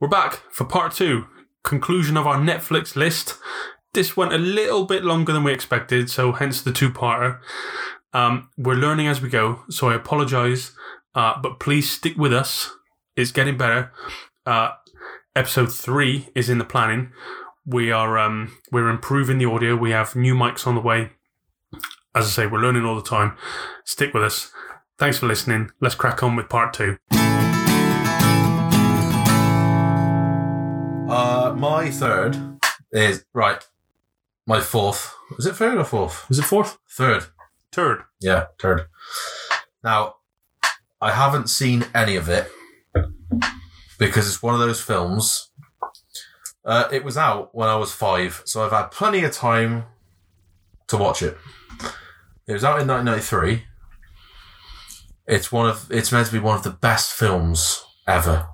We're back for part two, conclusion of our Netflix list. This went a little bit longer than we expected, so hence the two parter. Um, we're learning as we go, so I apologize, uh, but please stick with us. It's getting better. Uh, episode three is in the planning. We are um, we're improving the audio. We have new mics on the way. As I say, we're learning all the time. Stick with us. Thanks for listening. Let's crack on with part two. Uh, my third is right. My fourth is it third or fourth? Was it fourth? Third, Third. yeah, third. Now, I haven't seen any of it because it's one of those films. Uh, it was out when I was five, so I've had plenty of time to watch it. It was out in 1993. It's one of it's meant to be one of the best films ever.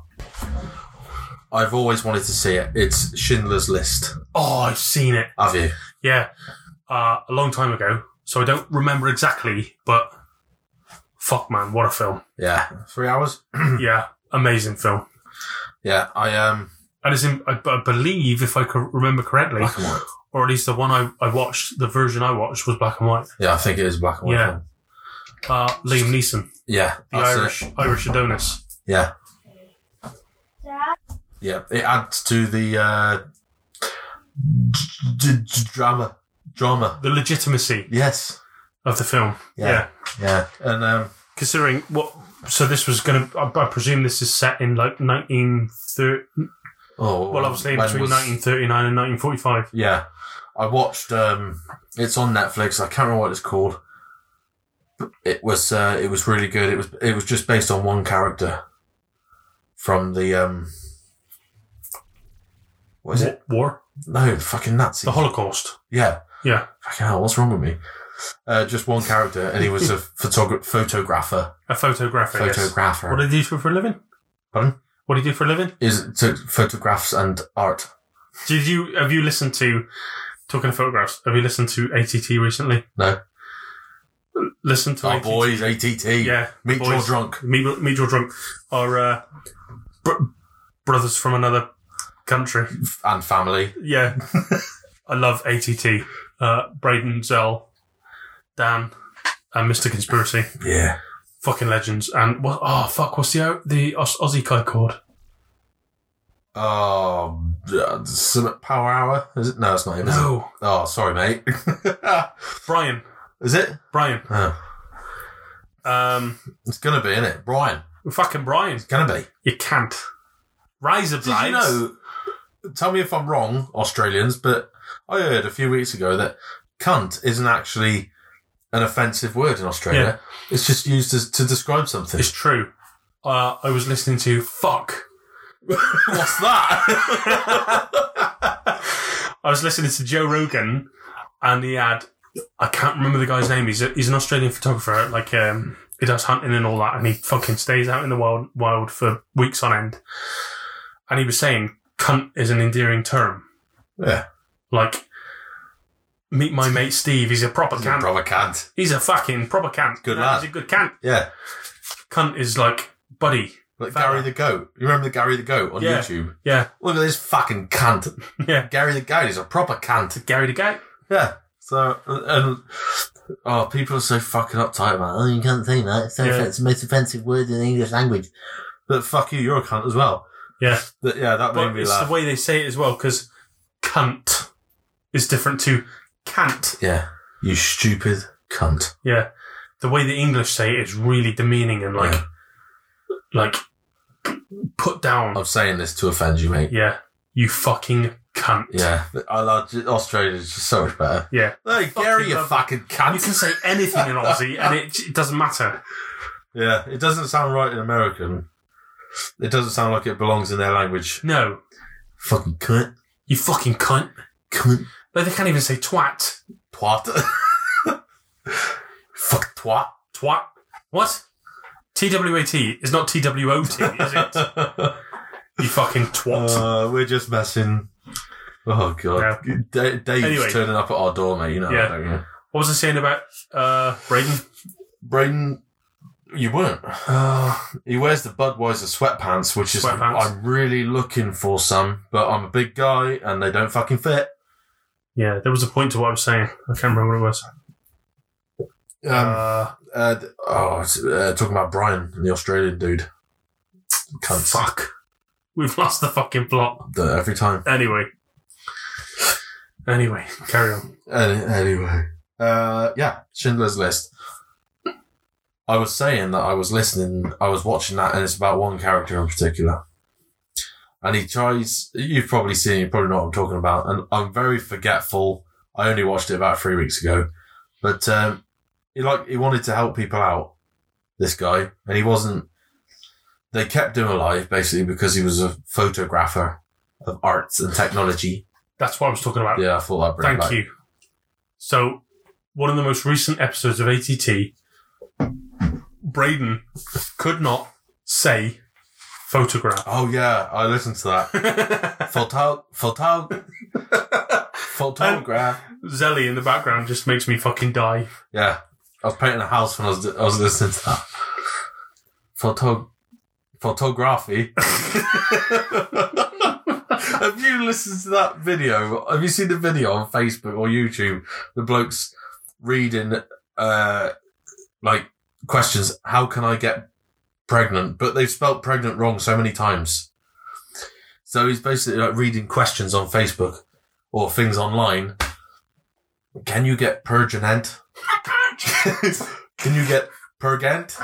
I've always wanted to see it. It's Schindler's List. Oh, I've seen it. Have you? Yeah, uh, a long time ago. So I don't remember exactly, but fuck, man, what a film! Yeah, three hours. yeah, amazing film. Yeah, I um, And it's in, I, I believe, if I can remember correctly, black and white. or at least the one I, I watched, the version I watched was black and white. Yeah, I think it is black and white. Yeah. film. Uh, Liam Neeson, Yeah, the that's Irish it. Irish Adonis. Yeah, yeah. It adds to the uh, d- d- drama, drama. The legitimacy Yes. of the film. Yeah. Yeah, and um, considering what. So this was going to. I, I presume this is set in like 1930. oh, Well, obviously when between was- 1939 and 1945. Yeah, I watched. um It's on Netflix. I can't remember what it's called. But It was. Uh, it was really good. It was. It was just based on one character from the. um What is it? Wa- War, No, fucking Nazi. the Holocaust. Yeah. Yeah. Fucking hell, what's wrong with me? Uh, just one character, and he was a photogra- photographer. A photographer. yes. Photographer. What did he do for, for a living? Pardon? What did he do for a living? Is took photographs and art. Did you have you listened to talking of photographs? Have you listened to ATT recently? No. Listen to Our ATT. Oh, boys, ATT. Yeah, Meet boys. your drunk. Meet, meet your drunk are uh, br- brothers from another country. And family. Yeah, I love ATT. Uh, Braden, Zell, Dan, and Mister Conspiracy, Yeah. fucking legends. And what? Oh fuck! What's the the Aus- Aussie guy called? Oh, uh, some Power Hour? Is it? No, it's not him. is it? No, Oh, sorry, mate. Brian. is it? Brian. Oh, Um, it's going to be, isn't it? Brian. fucking Brian. It's going to be. You can't. Rise of Did you Lights. know? Tell me if I'm wrong, Australians, but I heard a few weeks ago that cunt isn't actually an offensive word in Australia. It's just used as, to describe something. It's true. Uh, I was listening to fuck. What's that? I was listening to Joe Rogan, and he had I can't remember the guy's name. He's a, he's an Australian photographer. Like um, he does hunting and all that, and he fucking stays out in the wild wild for weeks on end. And he was saying "cunt" is an endearing term. yeah, Like meet my mate Steve. He's a proper Can't. cunt. brother can't. He's a fucking proper cunt. Good No, lad. He's a good cunt. Yeah, Cunt is like buddy. like Fella. Gary the goat. You remember the Gary the goat on Yeah. YouTube? Yeah, Look at this fucking cunt. yeah. Gary the goat is a proper cunt. Gary the guy. Yeah. So and oh, people are so fucking uptight about. Oh, you can't say that. It's, so Yeah. offensive- it's the most offensive word in the English language. But fuck you, you're a cunt as well. Yeah. That, yeah, that made But me it's laugh. the way they say it as well, because cunt is different to can't. yeah, you stupid cunt. Yeah. The way the English say it is really demeaning and like, Yeah. like, put down. I'm saying this to offend you, mate. Yeah. You fucking cunt. Yeah, I love Australia's just so much better. Yeah. Hey, Fucking Gary, you love- fucking You cunt. can say anything in Aussie and it, it doesn't matter. Yeah, it doesn't sound right in American. It doesn't sound like it belongs in their language. No. Fucking cunt, You fucking cunt. cunt, Like, they can't even say twat. twat. Fuck twat. Twat. What? TWAT is not TWOT, is it? You fucking twat. Uh, we're just messing. Oh god, Da- Dave's Anyway. turning up at our door, mate. You know, Yeah. that, don't you? what was I saying about uh, Braden? Braden You weren't. Oh, He wears the Budweiser sweatpants, which is Sweatpants. I'm really looking for some, but I'm a big guy and they don't fucking fit. yeah, there was a point to what I was saying. I can't remember what it was. Um, uh, uh, d- oh, it's, uh, talking about Brian, the Australian dude. Cunts. fuck. We've lost the fucking plot. The- every time. Anyway. Anyway, carry on. Any- anyway, uh, yeah, Schindler's List. I was saying that I was listening, I was watching that, and it's about one character in particular. And he tries, you've probably seen, you probably know what I'm talking about. And I'm very forgetful. I only watched it about three weeks ago. But um, he like he wanted to help people out, this guy, and he wasn't. They kept him alive basically because he was a photographer of arts and technology. That's what I was talking about. Yeah, I thought that. Uh, Thank you. So, one of the most recent episodes of ATT, Braden could not say photograph. Oh yeah, I listened to that. Photo, photo, photograph. Zelly in the background just makes me fucking die. Yeah, I was painting a house when I was I was listening to that. Photo, photography. have you listened to that video? Have you seen the video on Facebook or YouTube? The blokes reading uh like questions. How can I get pregnant? But they've spelt pregnant wrong so many times. So he's basically like reading questions on Facebook or things online. Can you get perginent? Can you get pergant?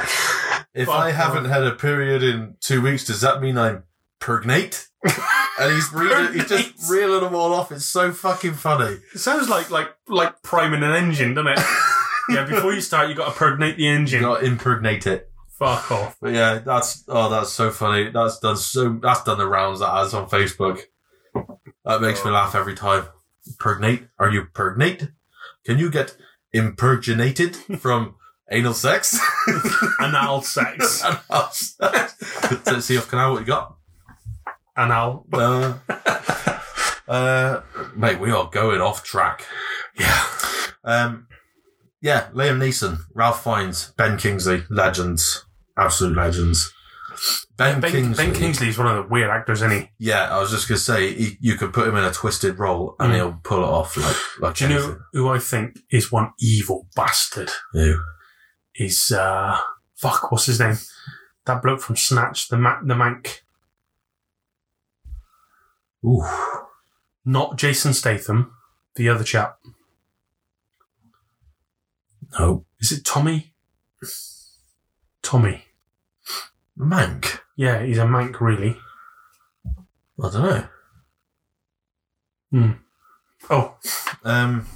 If Fuck, I haven't had a period in two weeks, does that mean I'm pregnate? and he's reading, he's just Pergnate. reeling them all off. It's so fucking funny. It sounds like like like priming an engine, doesn't it? yeah, before you start, you got to pregnate the You engine. gotta impregnate it. Fuck off. But yeah, that's oh, that's so funny. That's done so. That's done the rounds that has on Facebook. That makes me laugh every time. Pregnate? Are you pregnant? Can you get impregnated from anal sex? Anal sex. and us. Let's see off canal what you got. Anal. Uh, uh, mate, we are going off track. Yeah. Um, yeah, Liam Neeson, Ralph Fiennes, Ben Kingsley, legends, absolute legends. Ben, Ben, Kingsley. ben Kingsley is one of the weird actors, isn't he? Yeah, I was just gonna say he, you could put him in a twisted role and Mm. he'll pull it off like like Do you know who I think is one evil bastard? anything. Ew. Is uh fuck, what's his name? That bloke from Snatch, the ma- the Mank. Ooh. Not Jason Statham, the other chap. No. Is it Tommy? Tommy. Mank. Yeah, he's a Mank, really. I don't know. Oh, Um,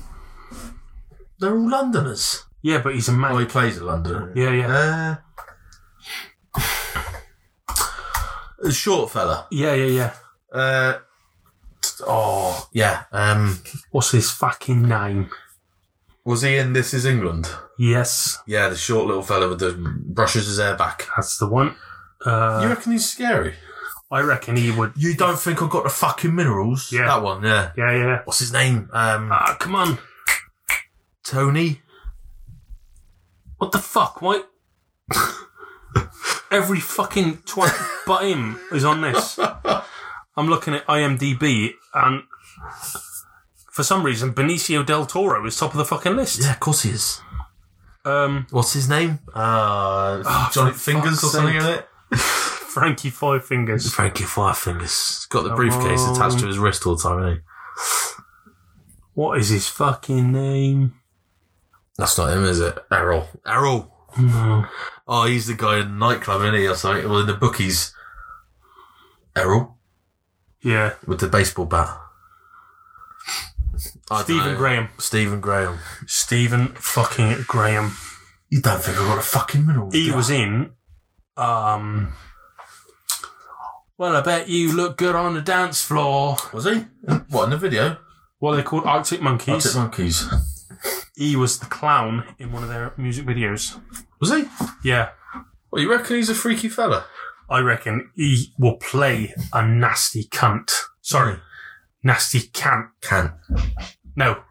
they're all Londoners. yeah, but he's a Oh, Mank. he plays a Londoner. Yeah, yeah. Uh, a short fella. Yeah, yeah, yeah. Uh, t- oh, yeah. Um, What's his fucking name? was he in This Is England? Yes, Yeah, the short little fella with the brushes his hair back. that's the one. Uh, you reckon he's scary? I reckon he would. You don't think I've got the fucking minerals? Yeah. That one, yeah. Yeah, yeah. What's his name? Um, Ah, come on. Tony? What the fuck? Why? Every fucking twat but him is on this. I'm looking at IMDb, and for some reason, Benicio del Toro is top of the fucking list. Yeah, of course he is. Um, What's his name? Uh, Johnny for Fingers or fuck's something sake. in it? Frankie Five Fingers. Frankie Firefingers. He's got the Come briefcase attached to on. his wrist all the time, isn't he? What is his fucking name? That's not him, is it? Errol. Errol. No. Oh, he's the guy in the nightclub, isn't he? Or something. Well, in the bookies. Errol Yeah, with the baseball bat. I Stephen dunno. Graham. Stephen Graham. Stephen fucking Graham. You don't think I've got a fucking mineral? He Yeah. was in. Um. Well, I bet you look good on the dance floor. Was he? What in the video? What are they called? Arctic Monkeys. Arctic Monkeys. he was the clown in one of their music videos. Was he? Yeah, Well, you reckon he's a freaky fella? I reckon he will play a nasty cunt. Sorry, nasty cant. Can't. No,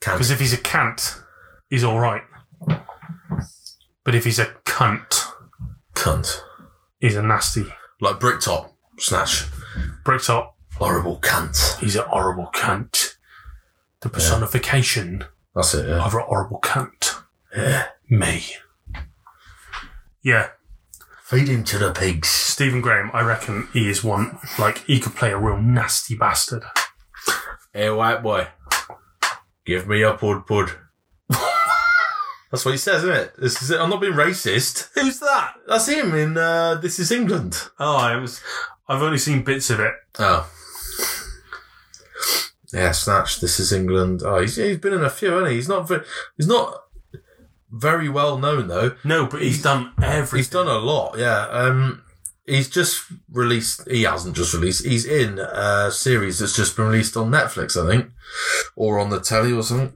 Can't. because if he's a cant, he's all right. But if he's a cunt, Cunt. He's a nasty Like Bricktop. Snatch. bricktop. Horrible cunt. He's a horrible cunt. The personification That's it, yeah. of a horrible cunt. yeah. Me. Yeah, Feed him to the pigs. Stephen Graham. I reckon he is one. Like he could play a real nasty bastard. Hey, white boy. Give me a pud pud. That's what he says, isn't it? This is it. I'm not being racist. Who's that? That's him in uh, This Is England. Oh, I was. I've only seen bits of it. Oh. Yeah, Snatch, This Is England. Oh, he's, he's been in a few, hasn't he? He's not, ve- he's not very well known, though. No, but he's done everything. He's done a lot, yeah. Um, he's just released. He hasn't just released. He's in a series that's just been released on Netflix, I think, or on the telly or something.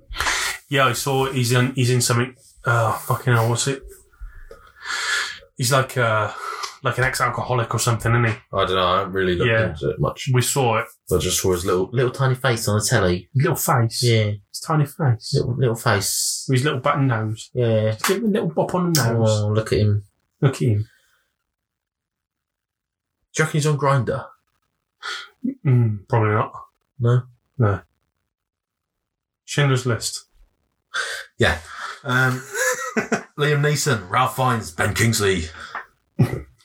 Yeah, I saw it. he's in he's in something. Oh fucking hell, what's it? He's like uh like an ex-alcoholic or something, isn't I don't know. I haven't really looked Yeah. into it much. he? We saw it. I just saw his little little tiny face on the telly. Little face. Yeah, His tiny face. little little face. With his little button nose. Yeah. Give him a little bop on the nose. Oh, look at him. Look at him. Do you reckon he's on Grinder? Mm, probably not. No. Schindler's List. Um, Liam Neeson, Ralph Fiennes, Ben Kingsley.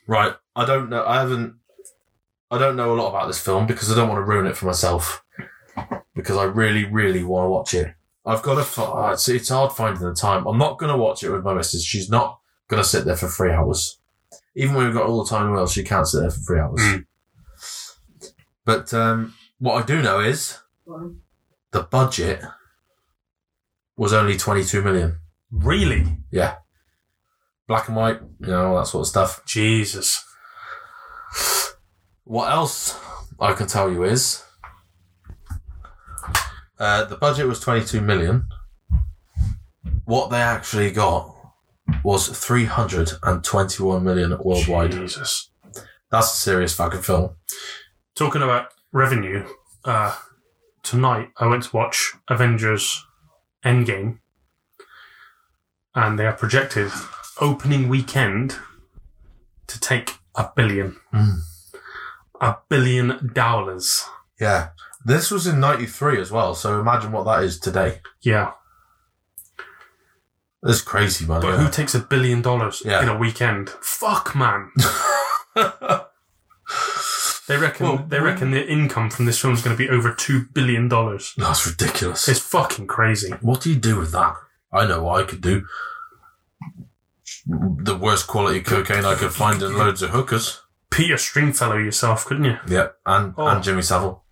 right, I don't know. I haven't. I don't know a lot about this film because I don't want to ruin it for myself. Because I really, really want to watch it. I've got to. fi- oh, It's, it's hard finding the time. I'm not going to watch it with my missus. She's not going to sit there for three hours. Even when we've got all the time in the world, she can't sit there for three hours. Mm. But um, what I do know is the budget was only 22 million Really? black and white, you know, all that sort of stuff. Jesus. What else I can tell you is uh, the budget was 22 million. What they actually got was 321 million worldwide. Jesus. That's a serious fucking film. Talking about revenue, uh tonight I went to watch Avengers Endgame. And they are projected opening weekend to take a billion. Mm. A billion dollars. Yeah. This was in 93 as well, so imagine what that is today. Yeah. That's crazy money. But who takes a billion dollars Oh, Yeah. in a weekend? Fuck man. They reckon Well, they reckon the income from this film is going to be over two billion dollars. That's ridiculous. It's fucking crazy. What do you do with that? I know what I could do. The worst quality cocaine I could find in loads of hookers. Peter Stringfellow yourself, couldn't you? Yeah, and Oh. and Jimmy Savile.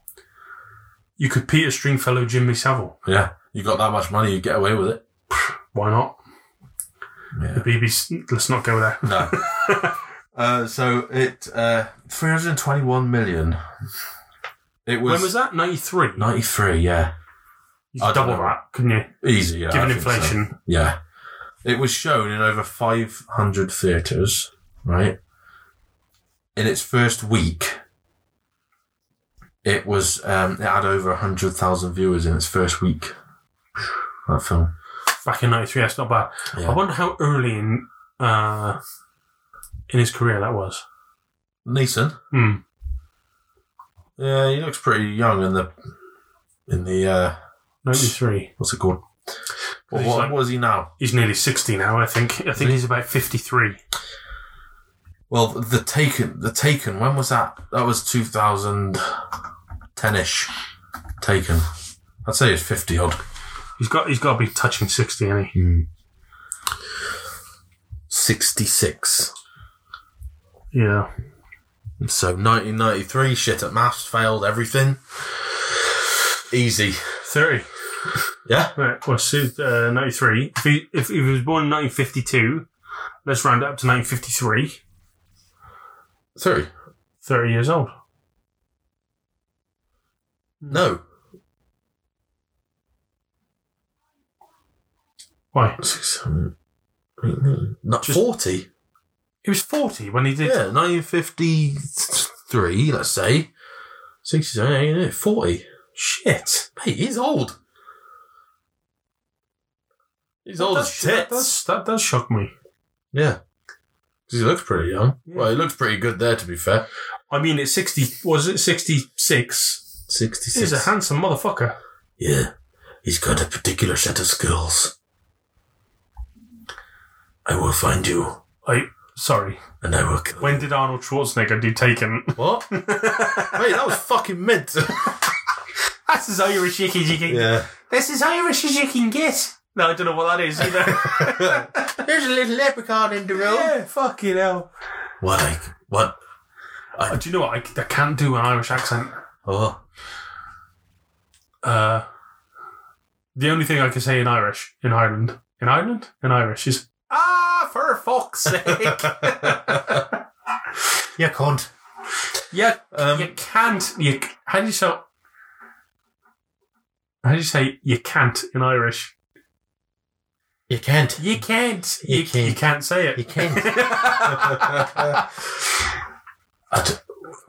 You could Peter Stringfellow Jimmy Savile. Yeah, you got that much money, you get away with it. Why not? Yeah. The BBC. Let's not go there. No. uh, so it uh, three hundred twenty-one million. It was, when was that? Ninety three. ninety-three. Yeah, You I could don't double know. that, couldn't you? easy. Yeah, Given I think so. inflation. Yeah. It was shown in over 500 theatres, right? In its first week, it was, um, it had over 100,000 viewers in its first week. That film. Back in ninety three, that's not bad. Yeah. I wonder how early in uh, in his career that was. Neeson. Hmm. Yeah, he looks pretty young in the, in the, uh, Ninety three. what's it called? What, He's what, like- what is he now? He's nearly sixty now, I think. I think he's about fifty three. Well, the Taken, the Taken. When was that? That was 2010 ish. Taken. I'd say it's 50 odd. He's got he's got to be touching sixty, ain't he? 66. Yeah. So 1993, shit at maths, failed everything. Easy. 30. Yeah? Right, well, so, uh, 93. If he, if he was born in 1952, let's round it up to 1953, 30. 30 years old. No. Why? Six, seven, eight, nine. Not Just- 40. He was 40 when he Yeah, did. 1953, let's say. 67, 80, 40. Shit. Mate, he's old. He's That old does- as That shit. does, that does shock me. Yeah. Because he looks pretty young. Yeah. Well, he looks pretty good there, to be fair. I mean, it's 60, was it 66? 66. He's a handsome motherfucker. Yeah, he's got a particular set of skills. I will find you, I, sorry. and I will kill When did Arnold Schwarzenegger do Taken? What? Wait, that was fucking mid. That's as Irish as you can get. yeah. That's as Irish as you can get. No, I don't know what that is either. There's a little leprechaun in the fucking hell. What? I, what? Uh, do you know what? I, I can't do an Irish accent. Oh, Uh, the only thing I can say in Irish, in Ireland, in Ireland, in Irish is, ah, for fuck's sake. yeah, cunt. yeah, Um, you can't. You c- how do you say? How do you say you can't in Irish? you can't. You can't. You You, you can't. can't. say it. You can't. I d-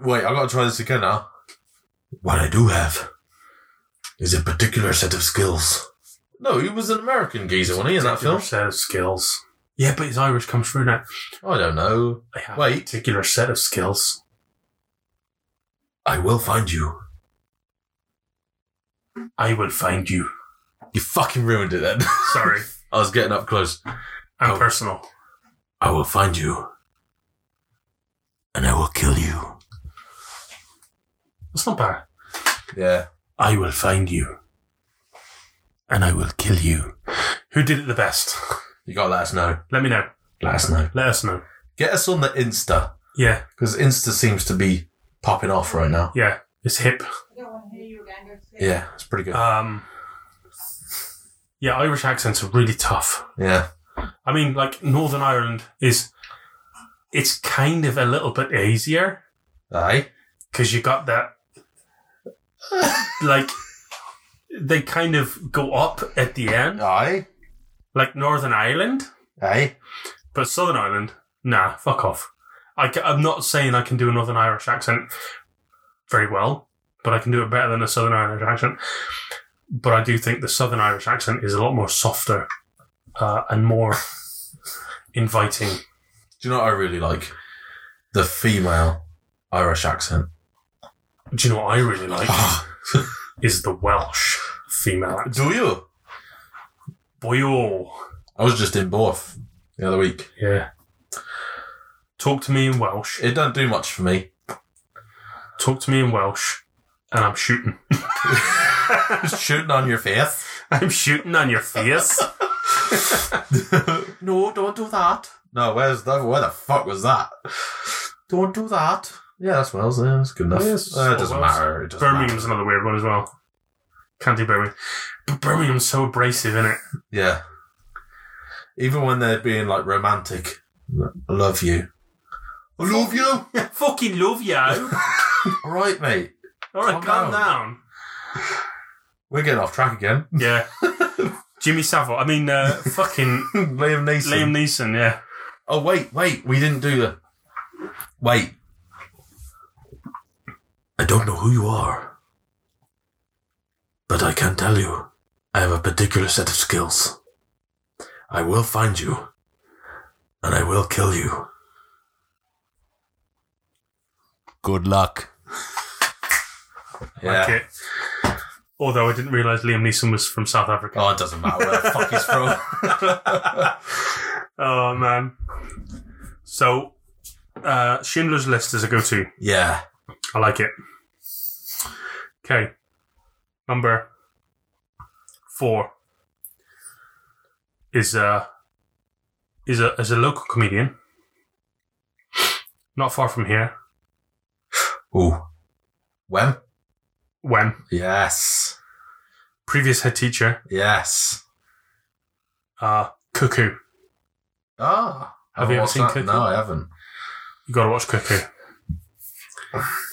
wait, I gotta try this again now. What I do have is a particular set of skills. No, he was an American geezer, wasn't he, in that Particular film? set of skills. Yeah, but his Irish comes through now. I don't know. I have a Wait. particular set of skills. I will find you. I will find you. You fucking ruined it then. Sorry, I was getting up close. I'm Oh. personal. I will find you. And I will kill you. That's not bad. Yeah. I will find you, and I will kill you. Who did it the best? You gotta let us know. Let me know. Let us know. Let us know. Get us on the Insta. Yeah, Because Insta seems to be popping off right now. yeah. It's hip. I don't want to hear you again. Go to sleep. Yeah, it's pretty good. Um, yeah, Irish accents are really tough. yeah. I mean, like Northern Ireland is, it's kind of a little bit easier Aye. because you got that, like, they kind of go up at the end, Aye. like Northern Ireland, Aye. but Southern Ireland, nah, fuck off. I ca- I'm not saying I can do a Northern Irish accent very well, but I can do it better than a Southern Irish accent. But I do think the Southern Irish accent is a lot more softer uh, and more inviting. Do you know what I really like? The female Irish accent. Do you know what I really like? Ah. is the Welsh female accent. do you? Boy, oh. I was just in Borth the other week. Yeah. Talk to me in Welsh. It don't do much for me. Talk to me in Welsh, and I'm shooting. Just shooting on your face. I'm shooting on your face. no, don't do that. No, where's that? Where the fuck was that? Don't do that. Yeah, that's Wales. Yeah, that's good enough. Yes, Uh, it doesn't Wales. matter. It doesn't Birmingham's another weird one as well. Can't do Birmingham. But Birmingham's so abrasive, isn't it? matter. Yeah. Even when they're being like romantic, I love you. I love you. Fucking love you. All All right, mate. right, Calm calm down. We're getting off track again. Yeah. Jimmy Savile. I mean, uh, fucking Liam Neeson. Liam Neeson, yeah. Oh wait, wait, we didn't do the. Wait. I don't know who you are, but I can tell you, I have a particular set of skills. I will find you, and I will kill you. Good luck. Like it. Although I didn't realise Liam Neeson was from South Africa. Oh, it doesn't matter where the fuck he's from. Oh man. So uh Schindler's List is a go to. Yeah. I like it. Okay. Number four is uh is a is a local comedian. Not far from here. Ooh. When? When Yes. previous head teacher, Yes. uh Cuckoo. Ah. Have you ever What's seen that? Cuckoo? No, I haven't. You gotta watch Cuckoo.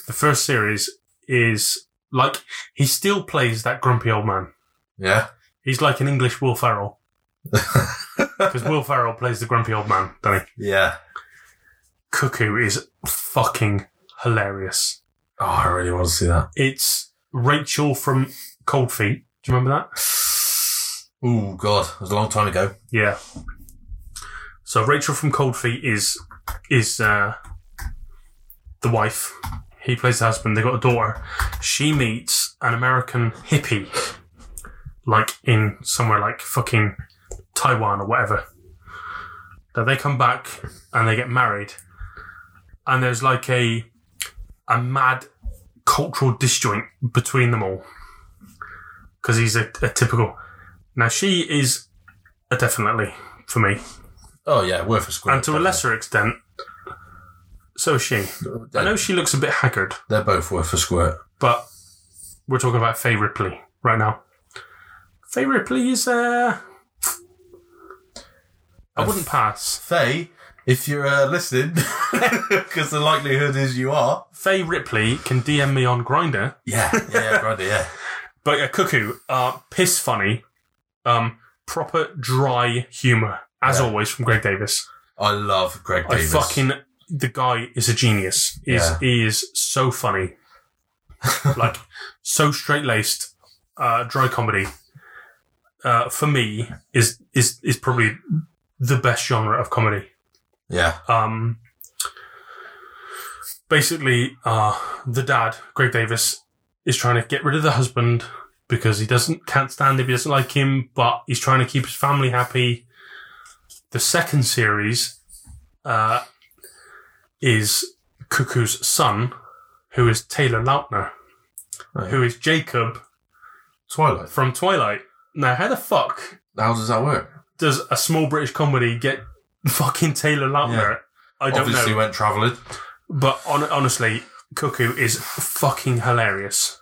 The first series is like he still plays that grumpy old man. Yeah. He's like an English Will Ferrell. Because Will Ferrell plays the grumpy old man, doesn't he? Yeah. Cuckoo is fucking hilarious. Oh, I really want to see that. It's Rachel from Cold Feet. Do you remember that? Oh God, it was a long time ago. Yeah. So Rachel from Cold Feet is is uh, the wife. He plays the husband. They got a daughter. She meets an American hippie, like in somewhere like fucking Taiwan or whatever. That they come back and they get married, and there's like a a mad cultural disjoint between them all because he's a, a typical. Now she is a Uh, definitely for me, Oh yeah, worth a squint. and to a lesser extent, so is she. I know they're, she looks a bit haggard, they're both worth a squirt. but we're talking about Faye Ripley right now. Faye Ripley is uh I Uh, wouldn't pass. Faye, if you're uh, listening, because the likelihood is you are. Faye Ripley can DM me on Grinder, Yeah, yeah, Brandy, yeah. but a cuckoo, uh, piss funny, um, proper dry humor as Yeah. always from Greg Davis. I love Greg I Davis. fucking the guy is a genius. He's Yeah. he is so funny, like so straight laced, uh, dry comedy. Uh, for me, is is is probably the best genre of comedy. yeah, Um, basically, uh, the dad, Greg Davis, is trying to get rid of the husband because he doesn't can't stand him, he doesn't like him, but he's trying to keep his family happy. The second series uh, is Cuckoo's son, who is Taylor Lautner, Right. who is Jacob Twilight. from Twilight. Now, how the fuck How does that work? does a small British comedy get fucking Taylor Lautner? I don't know. Obviously went travelling. But on, honestly, Cuckoo is fucking hilarious.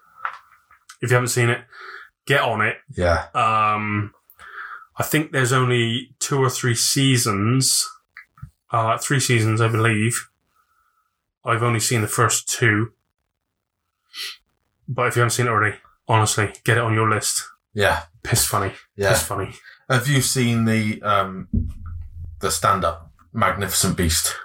If you haven't seen it, get on it. Yeah, Um, I think there's only two or three seasons. Uh, three seasons, I believe. I've only seen the first two. But if you haven't seen it already, honestly, get it on your list. yeah, Piss funny. yeah. Piss funny. Have you seen the um the stand up Magnificent Beast?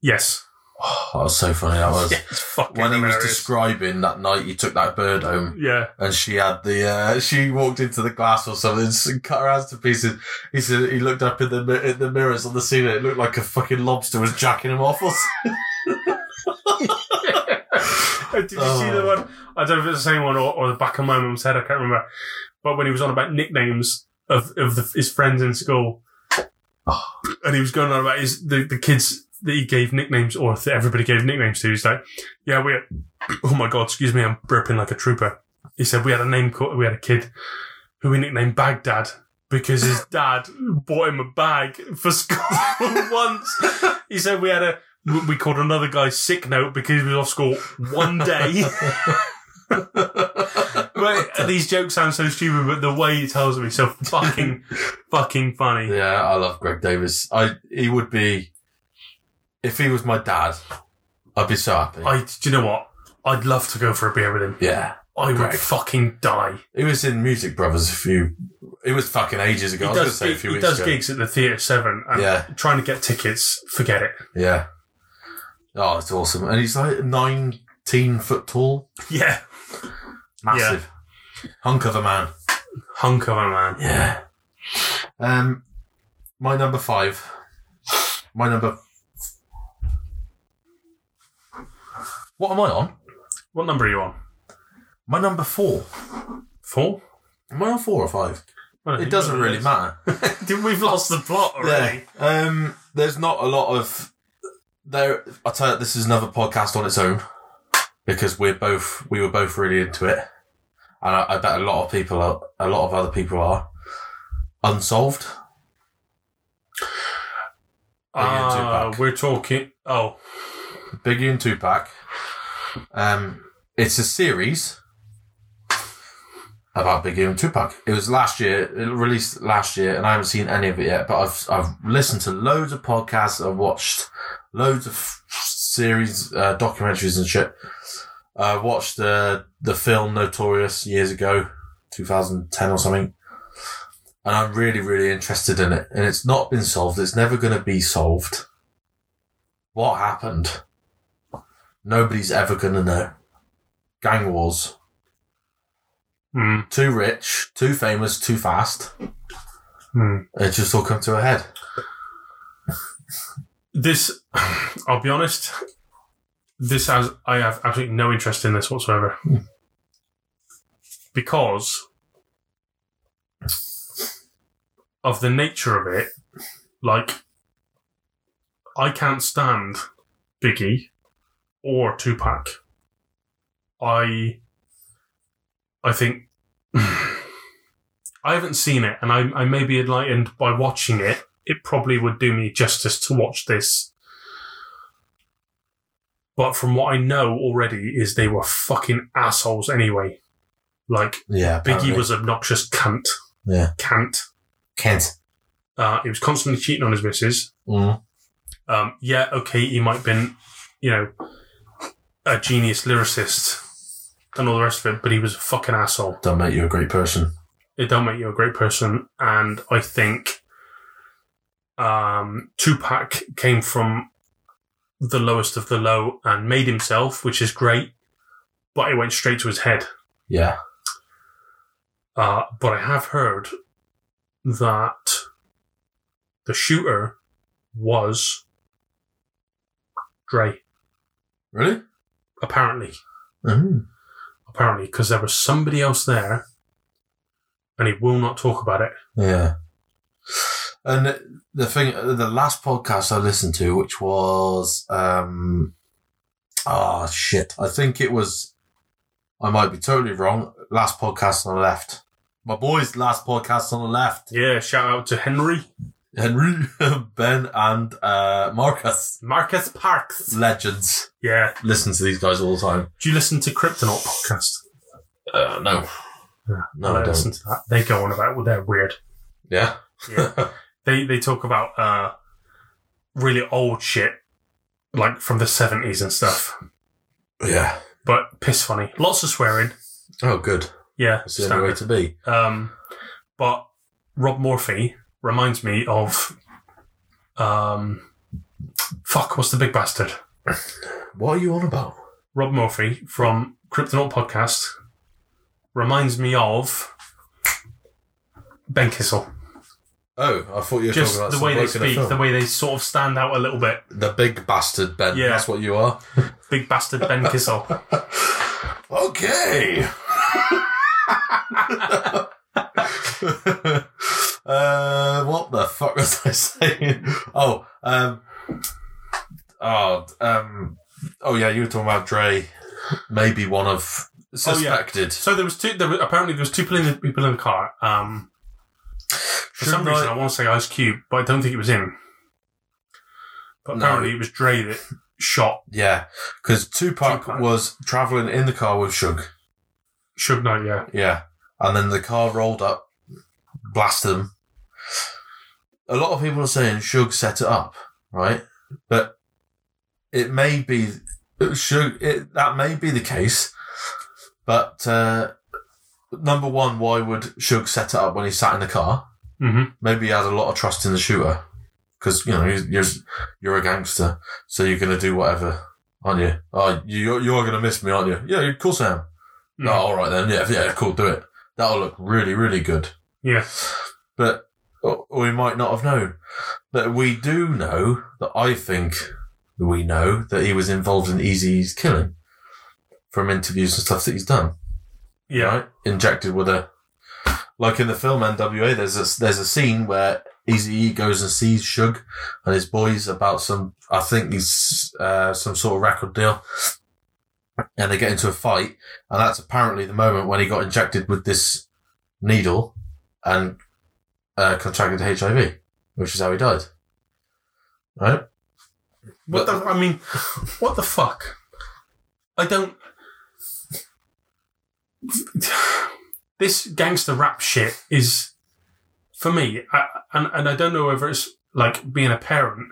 Yes. Oh, that was so funny. That was Yeah, it's fucking when he was hilarious. describing that night he took that bird home. yeah. and she had the uh, she walked into the glass or something and cut her hands to pieces. He said he looked up in the mi- at the mirrors on the ceiling. It looked like a fucking lobster was jacking him off. Or something. Did you see the Oh. one? I don't know if it's the same one or, or the back of my mum's head. I can't remember. But when he was on about nicknames of of the, his friends in school, Oh. and he was going on about his the, the kids that he gave nicknames or that everybody gave nicknames to. He's like, "Yeah, we." Had, oh my god! Excuse me, I'm burping like a trooper. He said we had a name. called We had a kid who we nicknamed Baghdad. Because his dad bought him a bag for school once. He said we had a we we called another guy sick note because he was off school one day. right, and these jokes sound so stupid, but the way he tells them is so fucking, fucking funny. yeah, I love Greg Davis. I he would be if he was my dad, I'd be so happy. I, do you know what? I'd love to go for a beer with him. yeah, I would Greg. fucking die. he was in Music Brothers a few. It was fucking ages He ago. I was does, gonna say he, a few he weeks does ago. gigs at the Theatre 7 and Yeah, trying to get tickets, forget it. yeah. Oh, it's awesome, and he's like nineteen foot tall. Yeah. Massive. Hunk of a man. Hunk of a man. Yeah. Um, my number five. My number. What am I on? What number are you on? My number four. Four? Am I on four or five? I don't It think doesn't you really matter. Dude, We've lost the plot already. Yeah. Um, there's not a lot of. There, I tell you, this is another podcast on its own because we're both we were both really into it, and I, I bet a lot of people are a lot of other people are unsolved. Yeah, two Ah, back. we're talking. Oh, Biggie and Tupac. Um, it's a series about Biggie and Tupac. It was last year, it released last year, and I haven't seen any of it yet. But I've I've listened to loads of podcasts. I've watched loads of series, uh, documentaries, and shit. I watched the the film Notorious years ago, 2010 or something. And I'm really, really interested in it. And it's not been solved. It's never going to be solved. What happened? Nobody's ever going to know. Gang wars. Hmm. Too rich, too famous, too fast. Hmm. It just all come to a head. This, I'll be honest, this has I have absolutely no interest in this whatsoever because of the nature of it. Like, I can't stand Biggie or Tupac. I, I think. I haven't seen it, and I, I may be enlightened by watching it. It probably would do me justice to watch this. But from what I know already, is they were fucking assholes anyway. Like Yeah. Biggie was obnoxious cunt. Yeah. Cunt. Kent. Uh, he was constantly cheating on his missus. Mm. Um, yeah, okay, he might have been, you know, a genius lyricist and all the rest of it, but he was a fucking asshole. Don't make you a great person. it don't make you a great person. And I think um, Tupac came from the lowest of the low and made himself, which is great, but it went straight to his head. Yeah. Uh, but I have heard that the shooter was Dre, Really? apparently. Mm. Apparently, because there was somebody else there and he will not talk about it. Yeah. And the thing, the last podcast I listened to, which was, um, ah, shit. I think it was, I might be totally wrong. Last podcast on the left. My boy's last podcast on the left. Yeah, shout out to Henry. Henry, Ben, and uh, Marcus. Marcus Parks. Legends. Yeah. Listen to these guys all the time. Do you listen to Kryptonaut podcast? Uh, no. No, I listen don't. to that. They go on about well, they're weird. Yeah. Yeah. they they talk about uh, really old shit, like from the seventies and stuff. yeah. But piss funny. Lots of swearing. Oh, good. Yeah. That's the only way Standard. to be. Um, but Rob Morphy reminds me of um, fuck. What's the big bastard? What are you on about? Rob Morphy from Kryptonaut podcast reminds me of Ben Kissel. Oh, I thought you were just talking about the some way they bloke in a speak, film. the way they sort of stand out a little bit. The big bastard, Ben. Yeah. That's what you are. Big bastard Ben Kissel. Okay. uh, what the fuck was I saying? Oh, um, oh, um, oh yeah, you were talking about Dre. Maybe one Oh, of suspected. so there was two. There were, apparently there was two people in the, people in the car. Um, for some Shouldn't I- reason, I want to say Ice Cube, but I don't think it was him. But No. apparently, it was Dre that shot Yeah, because Tupac, Tupac. was traveling in the car with Suge. Suge Knight. Yeah, Yeah. And then the car rolled up, blasted them. A lot of people are saying Suge set it up, right? But it may be Suge, it, that may be the case. But uh, number one, why would Suge set it up when he sat in the car? mm-hmm. Maybe he had a lot of trust in the shooter because you know you're you're, you're a gangster, so you're gonna do whatever, aren't you? Oh, you you're gonna miss me, aren't you? Yeah, of course I am. No, all right then. Yeah, yeah, cool. Do it. That'll look really, really good. yeah. But or or we might not have known. But we do know that I think we know that he was involved in Easy's killing from interviews and stuff that he's done. Mm-hmm. Yeah, Right? Injected with a like in the film NWA. There's a there's a scene where Easy goes and sees Suge and his boys about some. I think he's uh, some sort of record deal. And they get into a fight, and that's apparently the moment when he got injected with this needle and uh, contracted HIV, which is how he died. Right? What the? I mean, what the fuck? I don't. This gangster rap shit is, for me, I, and and I don't know whether it's like being a parent.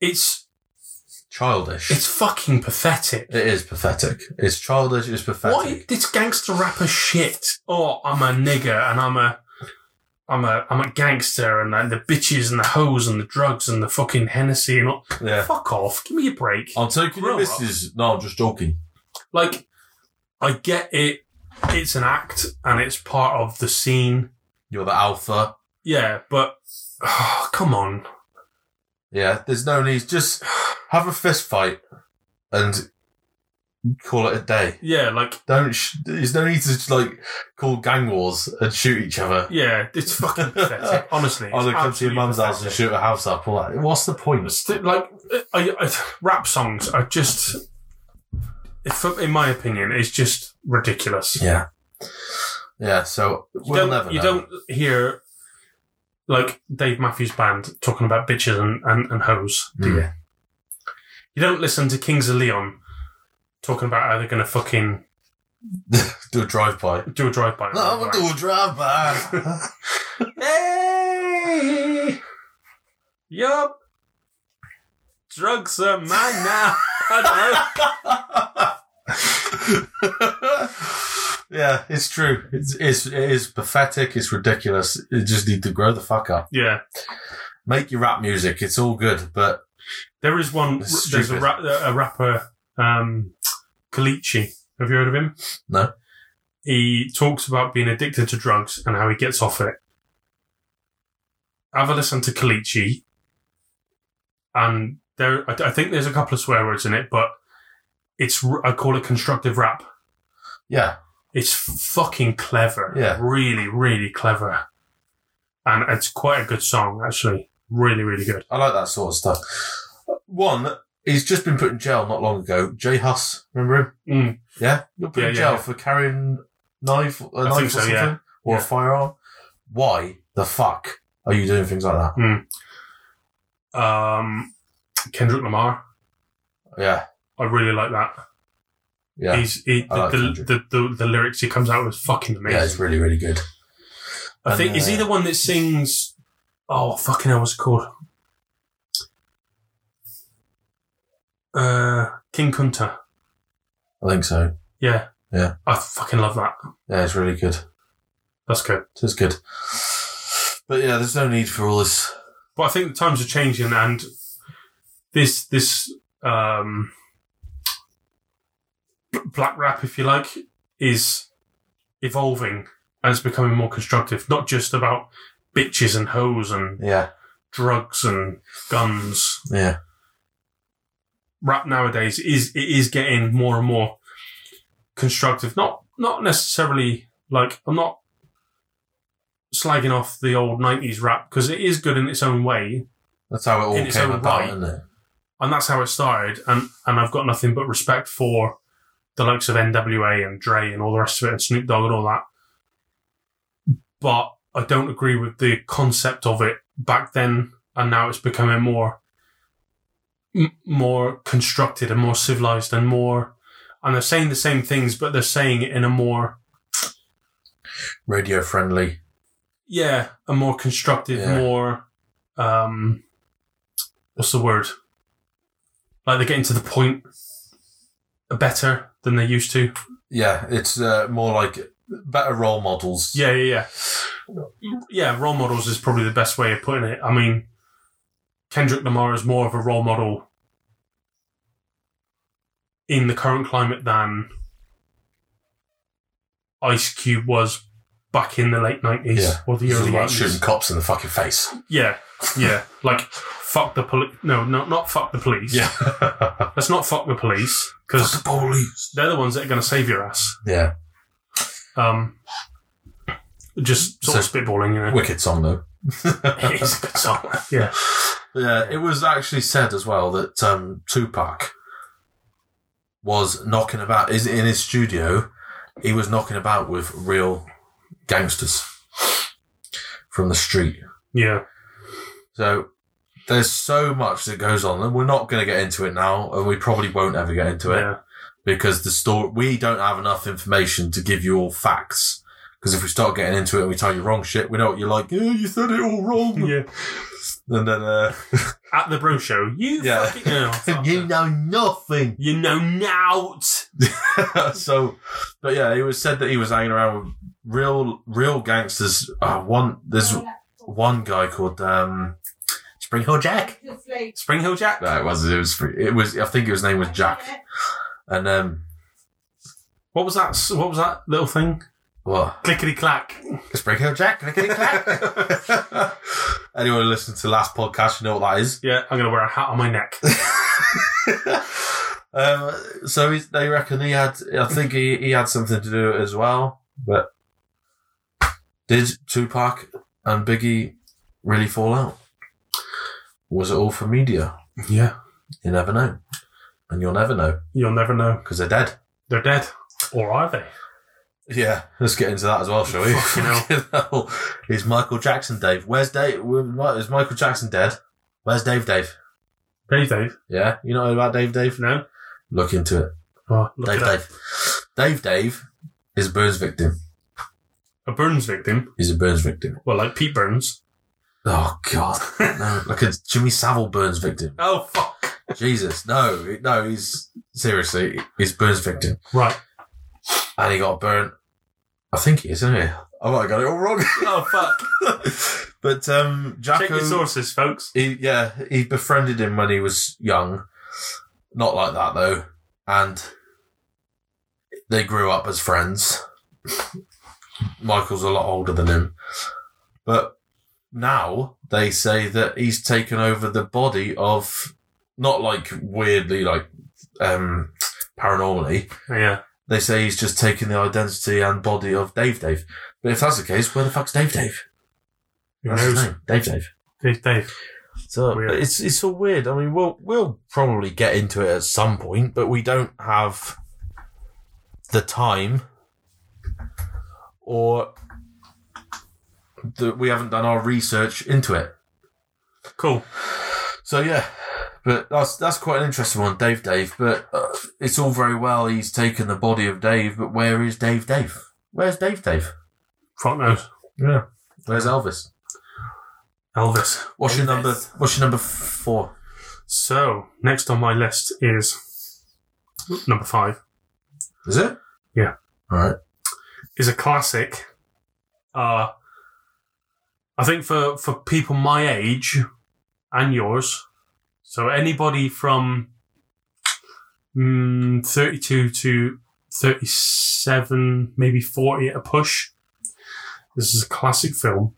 It's Childish. it's fucking pathetic. It is pathetic. It's childish. It's Why pathetic. this gangster rapper shit? Oh, I'm a nigger and I'm a. I'm a I'm a gangster and like, the bitches and the hoes and the drugs and the fucking Hennessy and all. Yeah. Fuck off! Give me a break. I'm taking Grow your up. missus. No, I'm just joking. like I get it. It's an act and it's part of the scene. You're the alpha. Yeah, but come on. Yeah, there's no need. Just have a fist fight and call it a day. Yeah, like Don't. Sh- there's no need to like call gang wars and shoot each other. yeah, it's fucking pathetic. Honestly, it's I'll go come to your absolutely mum's house and pathetic. shoot a house up. All that. What's the point? It's th- like I, I, rap songs are just, if, in my opinion, it's just ridiculous. Yeah. Yeah. So you we'll don't, never. you know. don't hear like Dave Matthews Band talking about bitches and and, and hoes, do Mm. you? You don't listen to Kings of Leon talking about how they're gonna fucking do a drive by. do a drive by. I'm gonna do a drive by. Hey, yup. Drugs are mine now. I yeah, it's true. It's, it's it is pathetic. It's ridiculous. You just need to grow the fuck up. know. Yeah, Make your rap music. It's all good, but there is one. It's There's a, stupid. ra- a rapper, um, Kalichi. Have you heard of him? No. He talks about being addicted to drugs and how he gets off it. Have a listen to Kalichi, and there. I, I think there's a couple of swear words in it, but it's. r- I call it constructive rap. yeah, It's fucking clever. Yeah. Really, really clever. And it's quite a good song, actually. Really, really good. I like that sort of stuff. One, he's just been put in jail not long ago. Jay Huss, remember him? Mm. Yeah, you're put Yeah, in yeah, jail yeah. for carrying knife, a I knife think or so, something, yeah. or a Yeah. firearm. Why the fuck are you doing things like that? Um, Kendrick Lamar. Yeah, I really like that. yeah, He's he, the, I like the, Kendrick. the, the, the lyrics he comes out with is fucking amazing. yeah. It's really, really good. I think and, is he uh, the one that sings? Oh fucking hell, what's it called? Uh, King Kunta. I think so. Yeah. Yeah. I fucking love that. Yeah, it's really good. That's good. So it's good. But yeah, there's no need for all this. But I think the times are changing, and this this um, b- black rap, if you like, is evolving and it's becoming more constructive. Not just about bitches and hoes and Yeah, drugs and guns. yeah, Rap nowadays is it is getting more and more constructive. Not not necessarily like I'm not slagging off the old '90s rap because it is good in its own way. that's how it all In its came own about, right. isn't it? and that's how it started. And and I've got nothing but respect for the likes of NWA and Dre and all the rest of it, and Snoop Dogg and all that. But I don't agree with the concept of it back then, and now it's becoming more, m- more constructed and more civilized and more. And they're saying the same things, but they're saying it in a more Radio friendly. yeah, a more constructive, Yeah. more um, what's the word? Like they're getting to the point better than they used to. Yeah, it's uh, more like better role models. Yeah, yeah, yeah. Yeah, role models is probably the best way of putting it. I mean, Kendrick Lamar is more of a role model in the current climate than Ice Cube was back in the late 90s Yeah. or the This is early about 80s. shooting cops in the fucking face. Yeah, yeah. Like, fuck the police. No, no, not fuck the police. Yeah, Fuck Let's not fuck the police because the police. they're the ones that are going to save your ass. Yeah, Um, just sort of spitballing, you know. wicked song though. It's a good song. Yeah. Yeah, it was actually said as well that um, Tupac was knocking about is in his studio. He was knocking about with real gangsters from the street. Yeah. So there's so much that goes on, and we're not going to get into it now, and we probably won't ever get into it Yeah. because the story we don't have enough information to give you all facts. Because if we start getting into it and we tell you wrong shit, we know what you're like. Yeah, you said it all wrong. Yeah. And then, uh, At the bro show, you Yeah. fucking know. you know nothing. you know nout. so, but yeah, it was said that he was hanging around with real, real gangsters. Uh, one, there's one guy called um, Spring Hill Jack. Just like- Spring Hill Jack. No, it was. It was. It was. I think his name was Jack. And um, What was that? What was that little thing? What? Clickety clack. Let's break out Jack. Clickety clack. Anyone who listened to last podcast, you know what that is. Yeah, I'm gonna wear a hat on my neck. um, so he's, they reckon he had. I think he, he had something to do as well. But did Tupac and Biggie really fall out? Was it all for media? yeah, You never know, and you'll never know you'll never know. because they're dead. They're dead, or are they? Yeah, let's get into that as well, shall we? Fucking hell. hell. Is Michael Jackson Dave? Where's Dave? Is Michael Jackson dead? Where's Dave? Dave? Dave, Dave. Yeah, you know about Dave? Dave? No. Look into it. Oh, look Dave, at that. Dave. Dave, Dave is a Burns victim. A Burns victim. He's a Burns victim. Well, like Pete Burns. Oh God, no! Like a Jimmy Savile Burns victim. Oh fuck. Jesus, no, no, he's seriously, he's Burns victim, Right. and he got burnt. I think he is, isn't he? I might have got it all wrong. Oh fuck. but um, Jacko, Check your sources, folks. He, yeah, he befriended him when he was young. Not like that though, and they grew up as friends. Michael's a lot older than him, but now they say that he's taken over the body of not like weirdly like um paranormally. Oh, Yeah. They say he's just taken the identity and body of Dave Dave. But if that's the case, where the fuck's Dave Dave? Who That's his knows? name, Dave Dave. Dave, Dave. So Weird. it's it's so weird. I mean, we'll we'll probably get into it at some point, but we don't have the time, or that we haven't done our research into it. Cool. So yeah, but that's that's quite an interesting one, Dave. Dave, but uh, it's all very well. He's taken the body of Dave, but where is Dave? Dave? Where's Dave? Dave? Front nose. Yeah. Where's Elvis? Elvis. What's Elvis. your number? What's your number four? So next on my list is number five. Is it? Yeah. All right. Is a classic. Uh, I think for for people my age and yours, so anybody from mm, thirty two to thirty seven, maybe forty at a push. This is a classic film,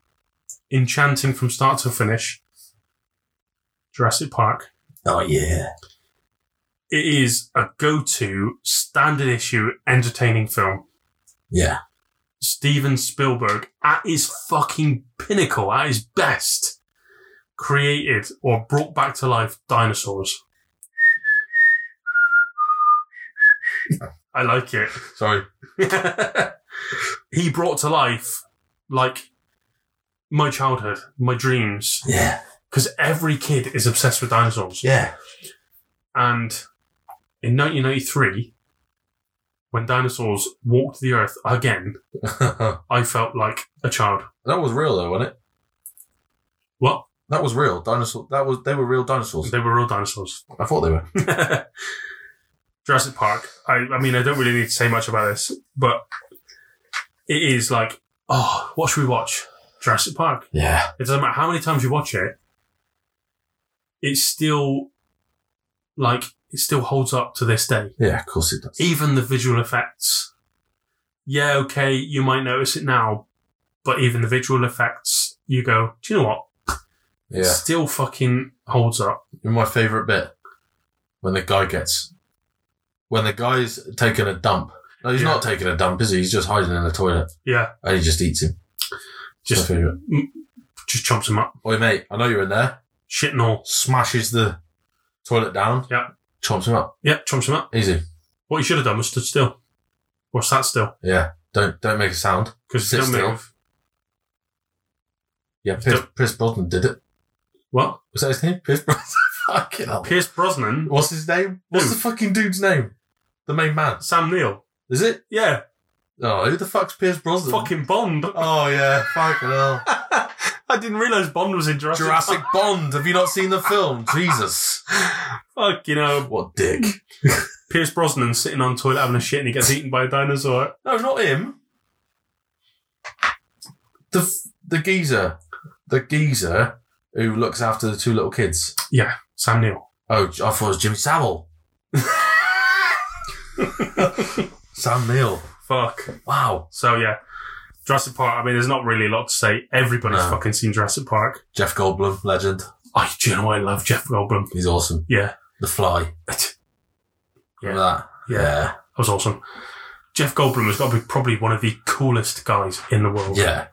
enchanting from start to finish. Jurassic Park. Oh yeah. it is a go-to standard issue entertaining film. Yeah. Steven Spielberg at his fucking pinnacle, at his best, created or brought back to life dinosaurs. I like it. Sorry. he brought to life like my childhood, my dreams, Yeah. because every kid is obsessed with dinosaurs. Yeah. And in 1993, when dinosaurs walked the earth again, that I felt like a child. was real though, wasn't it? What? That was real. Dinosaur that was they were real dinosaurs. They were real dinosaurs. I thought they were. Jurassic Park. I, I mean, I don't really need to say much about this, but it is like, oh, what should we watch? Jurassic Park. Yeah. It doesn't matter how many times you watch it, it still, like, it still holds up to this day. Yeah, of course it does. even the visual effects. Yeah, okay, you might notice it now, but even the visual effects, you go, do you know what? It Yeah. Still fucking holds up. My favourite bit when the guy gets when the guy's taking a dump. No, he's Yeah. not taking a dump, is he? He's just hiding in the toilet Yeah, and he just eats him. Just just my favourite. just chomps them up, Oi mate, I know you're in there. shit and all. Smashes the toilet down. Yeah. Chomps him up. Yep, chomps them up. Easy. What you should have done was stood still, or sat still, Yeah. Don't don't make a sound. because Sit don't still. move. Yeah, Pierce, Don't- Pierce Brosnan did it. What? Was that his name? Pierce Brosnan. Fucking hell. Pierce Brosnan, What's his name? What's Who? the fucking dude's name? The main man. Sam Neill. Is it? Yeah, Oh, who the fuck's Pierce Brosnan? fucking Bond. Oh yeah, fucking hell. I didn't realize Bond was in Jurassic. Jurassic Bond. Have you not seen the film? Jesus. Park. Fuck, you know, What dick. Pierce Brosnan sitting on toilet having a shit and he gets eaten by a dinosaur. No, not him. The f- the geezer, the geezer who looks after the two little kids. Yeah, Sam Neill. Oh, J- I thought it was Jimmy Savile. Sam Neill. Fuck. Wow. So yeah, Jurassic Park. I mean, there's not really a lot to say. Everybody's No. fucking seen Jurassic Park. Jeff Goldblum, legend. I do you know I love Jeff Goldblum. He's awesome. Yeah, The Fly. Remember Yeah. that? Yeah. that was awesome. Jeff Goldblum has got to be probably one of the coolest guys in the world. Yeah.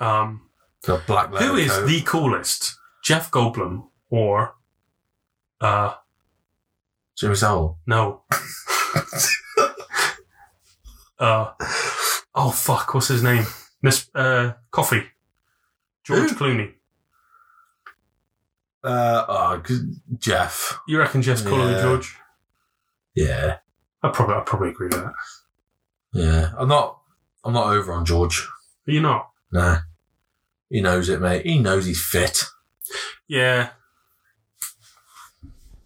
Um, The black leather Who is coat. the coolest, Jeff Goldblum or uh Jimmy Savile? no? uh oh fuck, what's his name? Miss uh Coffee. George Who? Clooney. Uh, oh, g- Jeff. You reckon Jeff's cooler Yeah. than George? Yeah. I probably I probably agree with that. Yeah. I'm not. I'm not over on George. Are you not? Nah. He knows it, mate. He knows he's fit. Yeah.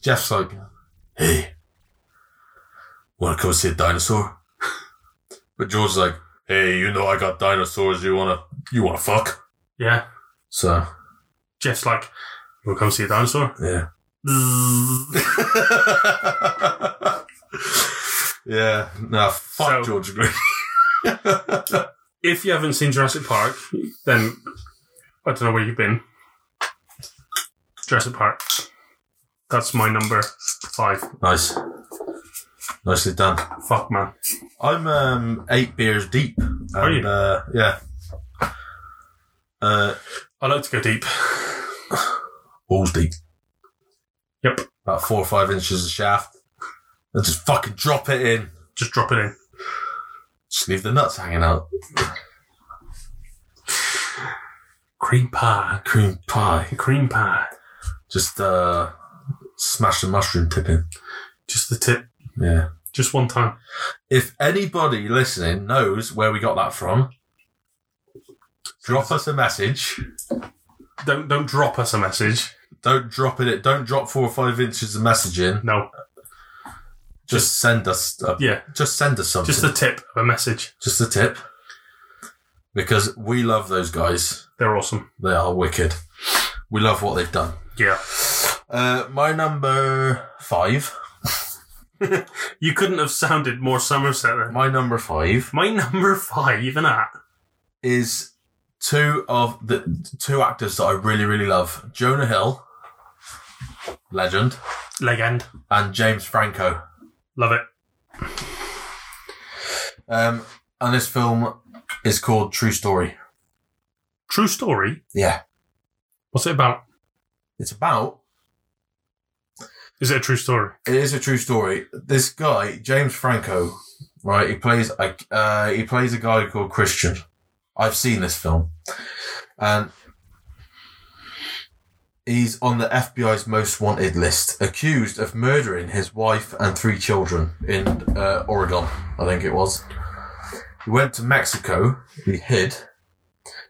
Jeff's like, hey, want to come see a dinosaur? But George's like, hey, you know I got dinosaurs. You wanna, you wanna fuck? Yeah. So Jeff's like, We'll come see a dinosaur. yeah, Bzzz. yeah. No, So- fuck George Green. If you haven't seen Jurassic Park, then I don't know where you've been. Jurassic Park. That's my number five. nice, nicely done. Fuck man. I'm um, eight beers deep. And, Are you? Uh, yeah. Uh, I like to go deep. balls deep. Yep. About four or five inches of shaft. And just fucking drop it in. Just drop it in. Just leave the nuts hanging out. Cream pie. Cream pie. Cream pie. Just uh, smash the mushroom tip in. Just the tip. Yeah. Just one time. If anybody listening knows where we got that from, drop us a message. Don't don't drop us a message. Don't drop it. Don't drop four or five inches of messaging. No. Just send us. A, Yeah. Just send us something. Just the tip of a message. just a tip. Because we love those guys. They're awesome. They are wicked. We love what they've done. Yeah. Uh, my number five. You couldn't have sounded more Somerset then. My number five My number five, even that. is two of the two actors that I really, really love: Jonah Hill, legend, Legend. and James Franco. Love it. Um, and this film is called True Story. True story. Yeah, What's it about? it's about. Is it a true story? It is a true story. This guy, James Franco, right? He plays a uh, he plays a guy called Christian. I've seen this film, and he's on the FBI's most wanted list, accused of murdering his wife and three children in uh, Oregon, I think it was. He went to Mexico. He hid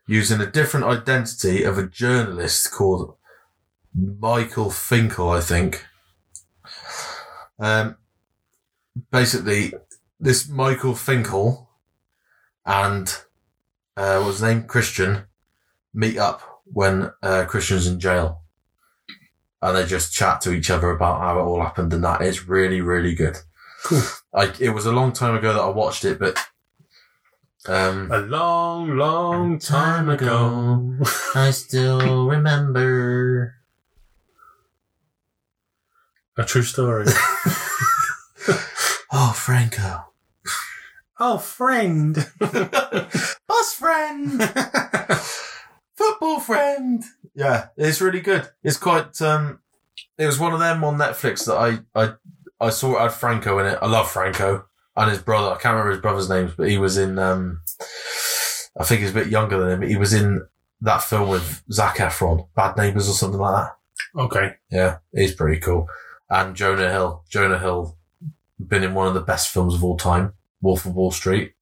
using a different identity of a journalist called Michael Finkel, I think. Um, basically, this Michael Finkel and uh, what was his name Christian meet up when uh, Christian's in jail, and they just chat to each other about how it all happened and that. It's really, really good. Cool. I, it was a long time ago that I watched it, but um, A long, long time Time ago. I still remember. a true story. Oh, Franco, oh, friend. bus friend, football friend. Yeah, it's really good. It's quite. um It was one of them on Netflix that I I I saw it had Franco in it. I love Franco and his brother. I can't remember his brother's names, but he was in. um I think he's a bit younger than him. But he was in that film with Zac Efron, Bad Neighbors or something like that. Okay. Yeah, he's pretty cool. And Jonah Hill. Jonah Hill been in one of the best films of all time, Wolf of Wall Street.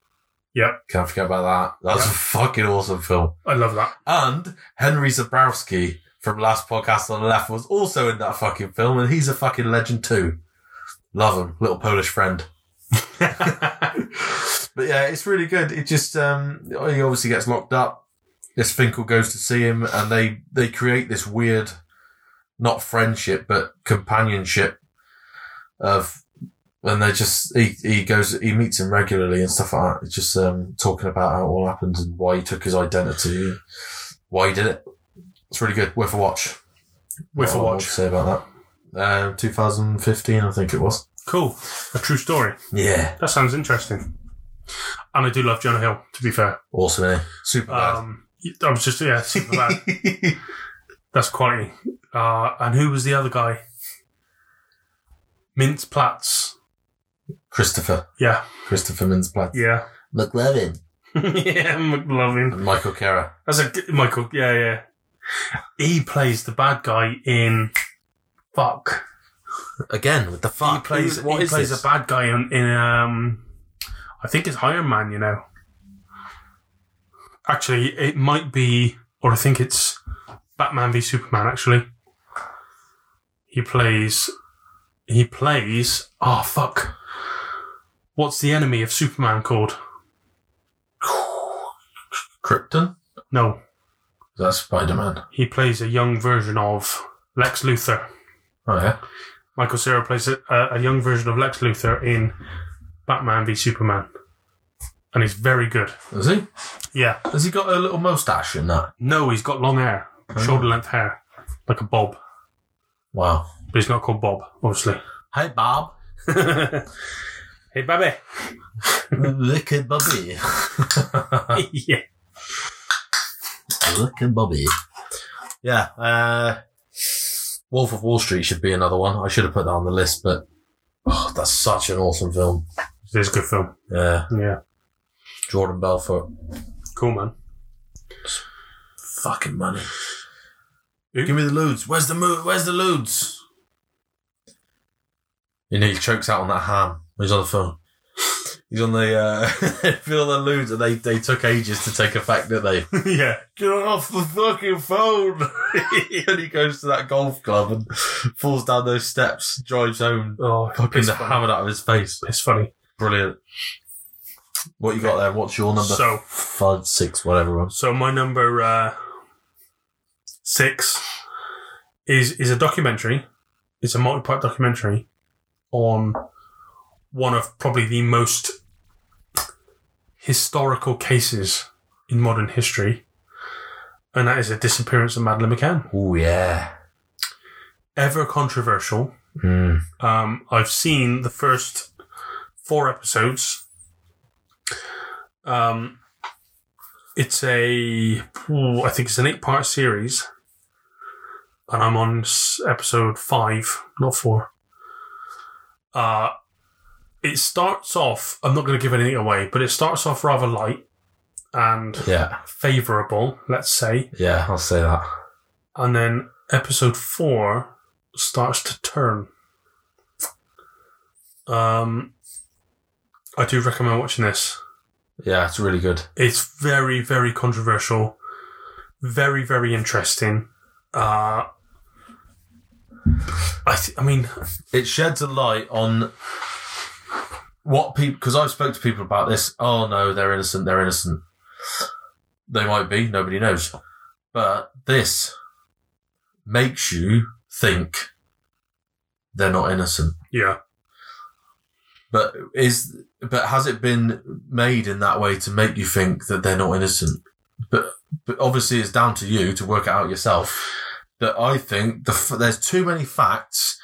Yep. Can't forget about that. That's a Yep. fucking awesome film. I love that. And Henry Zabrowski from last podcast on the left was also in that fucking film, and he's a fucking legend too. Love him, little Polish friend. but yeah, it's really good. It just um, he obviously gets locked up. This Finkel goes to see him, and they they create this weird, not friendship but companionship of and they just he, he goes he meets him regularly and stuff like that. It's just um, talking about how it all happened and why he took his identity, why he did it. It's really good. Worth a watch. With a What I want watch. to say about that. Um, 2015, I think it was. Cool. A true story. Yeah, That sounds interesting. And I do love Jonah Hill, to be fair. awesome. Eh? Super bad. Um, I was just, yeah, super bad. That's quality. Uh, and who was the other guy? Mince Platts. Christopher, Yeah, Christopher Mintz-Plasse, yeah. McLevin, yeah, McLovin. and Michael Cera. That's a good- Michael. Yeah, yeah. He plays the bad guy in Fuck. Again with the fuck. He plays. he, What he is plays this? a bad guy in, in um, I think it's Iron Man. You know. Actually, it might be, or I think it's Batman v Superman. Actually, he plays. He plays. Oh fuck! What's the enemy of Superman called? Krypton. No, That's Spider Man. he plays a young version of Lex Luthor. Oh yeah. Michael Cera plays a, a a young version of Lex Luthor in Batman v Superman, and he's very good. Has he? Yeah. Has he got a little moustache in that? No, he's got long hair, shoulder length hair, like a bob, Wow. but he's not called Bob, obviously. Hey Bob. hey, baby. Look at Bobby. yeah. Look at Bobby. Yeah. Uh, Wolf of Wall Street should be another one. I should have put that on the list, but oh, that's such an awesome film. It is a good film. Yeah. Yeah. Jordan Belfort. Cool, man. Fucking money. Who? Give me the lewds. Where's the mo- Where's the lewds? You know he chokes out on that ham. when He's on the phone. He's on the uh, feel the lewds, and they they took ages to take effect, didn't they? yeah. Get off the fucking phone! and he goes to that golf club and falls down those steps, drives home, Oh, fucking piss the funny. hammered out of his face. Piss funny. Brilliant. What you got there? What's your number? So- five, six, whatever it was. So my number uh, six is is a documentary. It's a multi-part documentary on one of probably the most historical cases in modern history, and that is the disappearance of Madeleine McCann. Oh yeah. Ever controversial. Mm. Um, I've seen the first four episodes. Um, it's a, ooh, I think it's an eight-part series, and I'm on s- episode five, not four. Uh, it starts off. I'm not going to give anything away, but it starts off rather light and Yeah, favourable, let's say. yeah. I'll say that. And then episode four starts to turn. Um, I do recommend watching this. Yeah, it's really good. It's very, very controversial, very, very interesting. Uh, I, th- I mean, It sheds a light on what people because I've spoke to people about this. Oh no, they're innocent. They're innocent. They might be. Nobody knows. But this makes you think they're not innocent. yeah, But is but has it been made in that way to make you think that they're not innocent? But but obviously it's down to you to work it out yourself. But I think the f- there's too many facts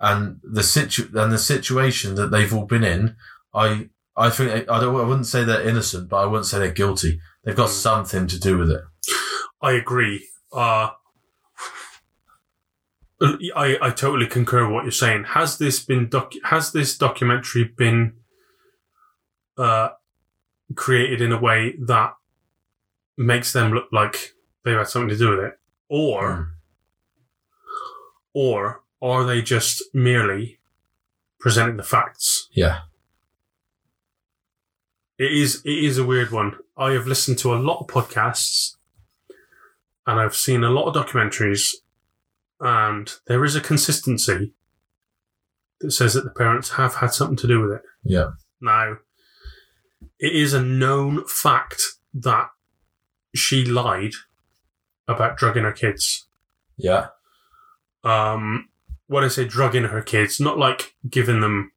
and the situ and the situation that they've all been in. I I think I don't I wouldn't say they're innocent, but I wouldn't say they're guilty. They've got something to do with it. I agree. Uh, I, I totally concur with what you're saying. Has this been doc- has this documentary been uh, created in a way that makes them look like they've had something to do with it? Or or are they just merely presenting the facts? Yeah. It is it is a weird one. I have listened to a lot of podcasts and I've seen a lot of documentaries and there is a consistency that says that the parents have had something to do with it. Yeah. Now it is a known fact that she lied about drugging her kids yeah, um, when I say drugging her kids, not like giving them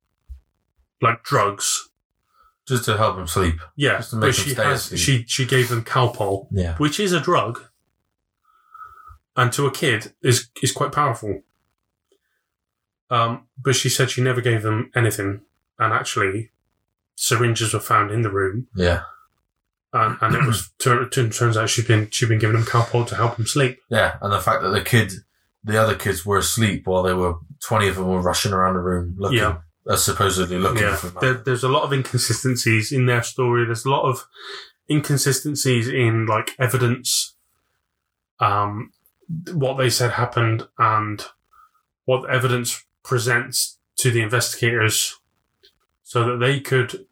like drugs. just to help him sleep. Yeah, Just to but make him she stay has asleep. she she gave them Calpol, Yeah. which is a drug, and to a kid is is quite powerful. Um, but she said she never gave them anything, and actually, syringes were found in the room, Yeah. and, and it was tur- tur- turns out she'd been she'd been giving him Calpol to help him sleep. Yeah, and the fact that the kid, the other kids were asleep while they were twenty of them were rushing around the room looking, Yeah. uh, supposedly looking yeah, for. Matt. there, there's a lot of inconsistencies in their story. There's a lot of inconsistencies in like evidence, um, what they said happened and what the evidence presents to the investigators, so that they could,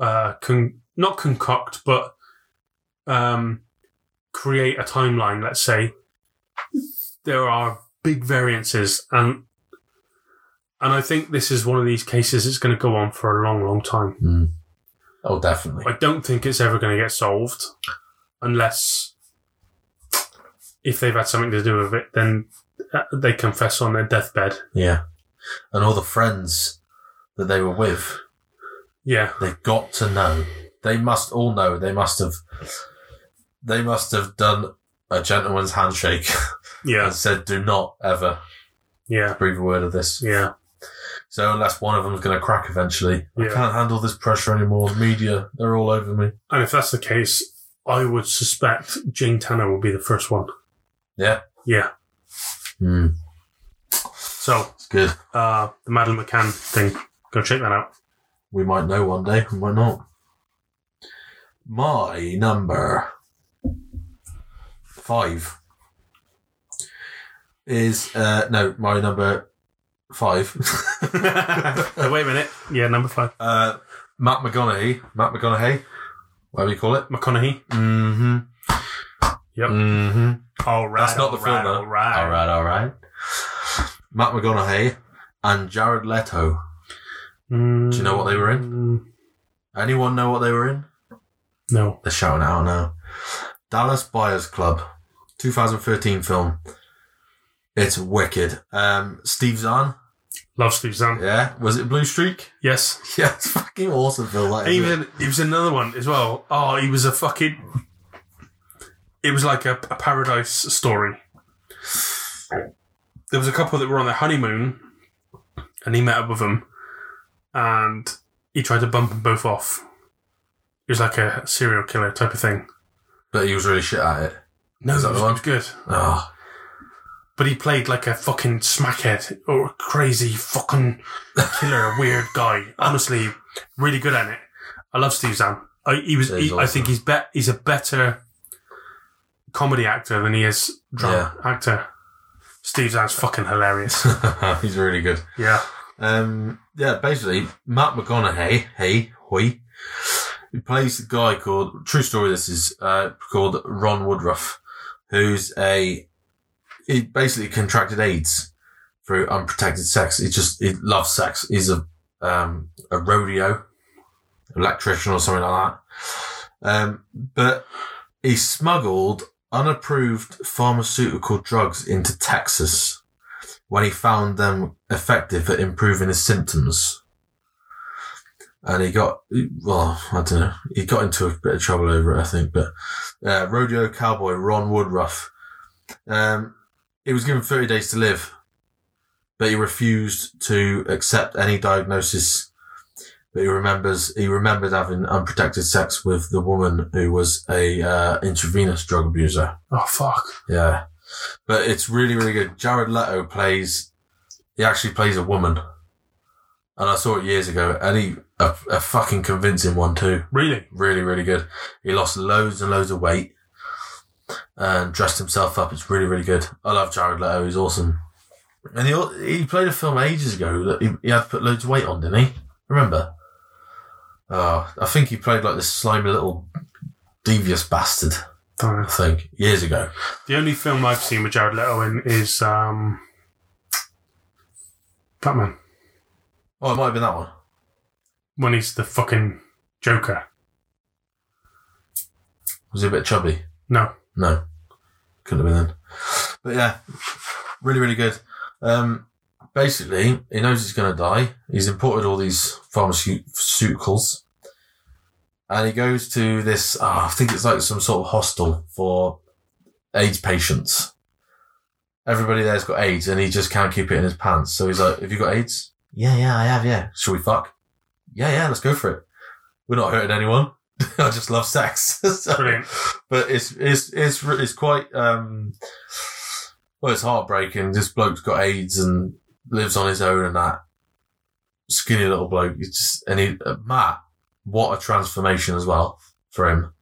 uh, con- not concoct but, um, create a timeline. Let's say there are big variances and and I think this is one of these cases that's going to go on for a long, long time. Mm. Oh, definitely. I don't think it's ever going to get solved unless if they've had something to do with it, then uh, they confess on their deathbed. yeah, and all the friends that they were with, Yeah. they got to know. They must all know. They must have. They must have done a gentleman's handshake Yeah. and said, "Do not ever Yeah. breathe a word of this." Yeah. So unless one of them's going to crack eventually, I Yeah. can't handle this pressure anymore. The media, they're all over me. And if that's the case, I would suspect Jane Tanner will be the first one. Yeah. Yeah. Mm. So, It's good. uh, the Madeline McCann thing, go check that out. We might know one day, we might not. My number five is uh no, my number five. Wait a minute. Yeah, number five. uh Matt McGonaghy. Matt McGonaghy, whatever you call it. McConaughey. Mm-hmm. Yep. Mm-hmm. All right. That's not the all film, right, though. all right. All right, all right. Matt McGonaghy and Jared Leto. Do you know what they were in? Anyone know what they were in? Mm, No. They're shouting it out now. Dallas Buyers Club, 2013 film. It's wicked. Um, Steve Zahn, Love Steve Zahn. yeah, was it Blue Streak? Yes. Yeah, it's fucking awesome film. That is. Even he was in another one as well. Oh, he was a fucking. It was like a, a paradise story. There was a couple that were on their honeymoon, and he met up with them, and he tried to bump them both off. He was like a serial killer type of thing. but he was really shit at it. No, Is that it was, the it one? was good, Oh, but he played like a fucking smackhead or a crazy fucking killer, weird guy. Honestly, really good at it. I love Steve Zahn. I, he was. Yeah, He, he's I awesome. think he's bet. He's a better comedy actor than he is drama actor. Steve Zahn's fucking hilarious. he's really good. yeah, Um, yeah, basically, Matt McConaughey, hey, hoy, he plays the guy called, true story this is, uh, called Ron Woodruff, who's a, he basically contracted AIDS through unprotected sex. He just, he loves sex. He's a, um, a rodeo electrician or something like that. Um, but he smuggled unapproved pharmaceutical drugs into Texas when he found them effective at improving his symptoms. And he got, well, I don't know, he got into a bit of trouble over it, I think, but uh, rodeo cowboy Ron Woodruff, um, he was given 30 days to live, but he refused to accept any diagnosis. But he remembers, he remembered having unprotected sex with the woman who was a uh, intravenous drug abuser. oh fuck, Yeah. But it's really, really good. Jared Leto plays, he actually plays a woman. And I saw it years ago, and he, a, a fucking convincing one too. really? Really, really good. He lost loads and loads of weight and dressed himself up. It's really, really good. I love Jared Leto. He's awesome. And he, al- he played a film ages ago that he, he had to put loads of weight on, didn't he? Remember? Oh, I think he played like this slimy little devious bastard, Don't know. I think, years ago. The only film I've seen with Jared Leto in is um, Batman Oh, it might have been that one. when he's the fucking Joker. Was he a bit chubby? No, No. Couldn't have been then. But yeah, really, really good. Um, basically, he knows he's going to die. He's imported all these pharmaceuticals. And he goes to this, ah, I think it's like some sort of hostel for AIDS patients. Everybody there's got AIDS and he just can't keep it in his pants. So he's like, Have you got AIDS? Yeah, yeah, I have, yeah. Shall we fuck? Yeah, yeah, let's go for it. We're not hurting anyone. I just love sex. So- Brilliant. but it's it's it's re- it's quite um well it's heartbreaking this bloke's got aids and lives on his own and that skinny little bloke it's just and he uh, matt what a transformation as well for him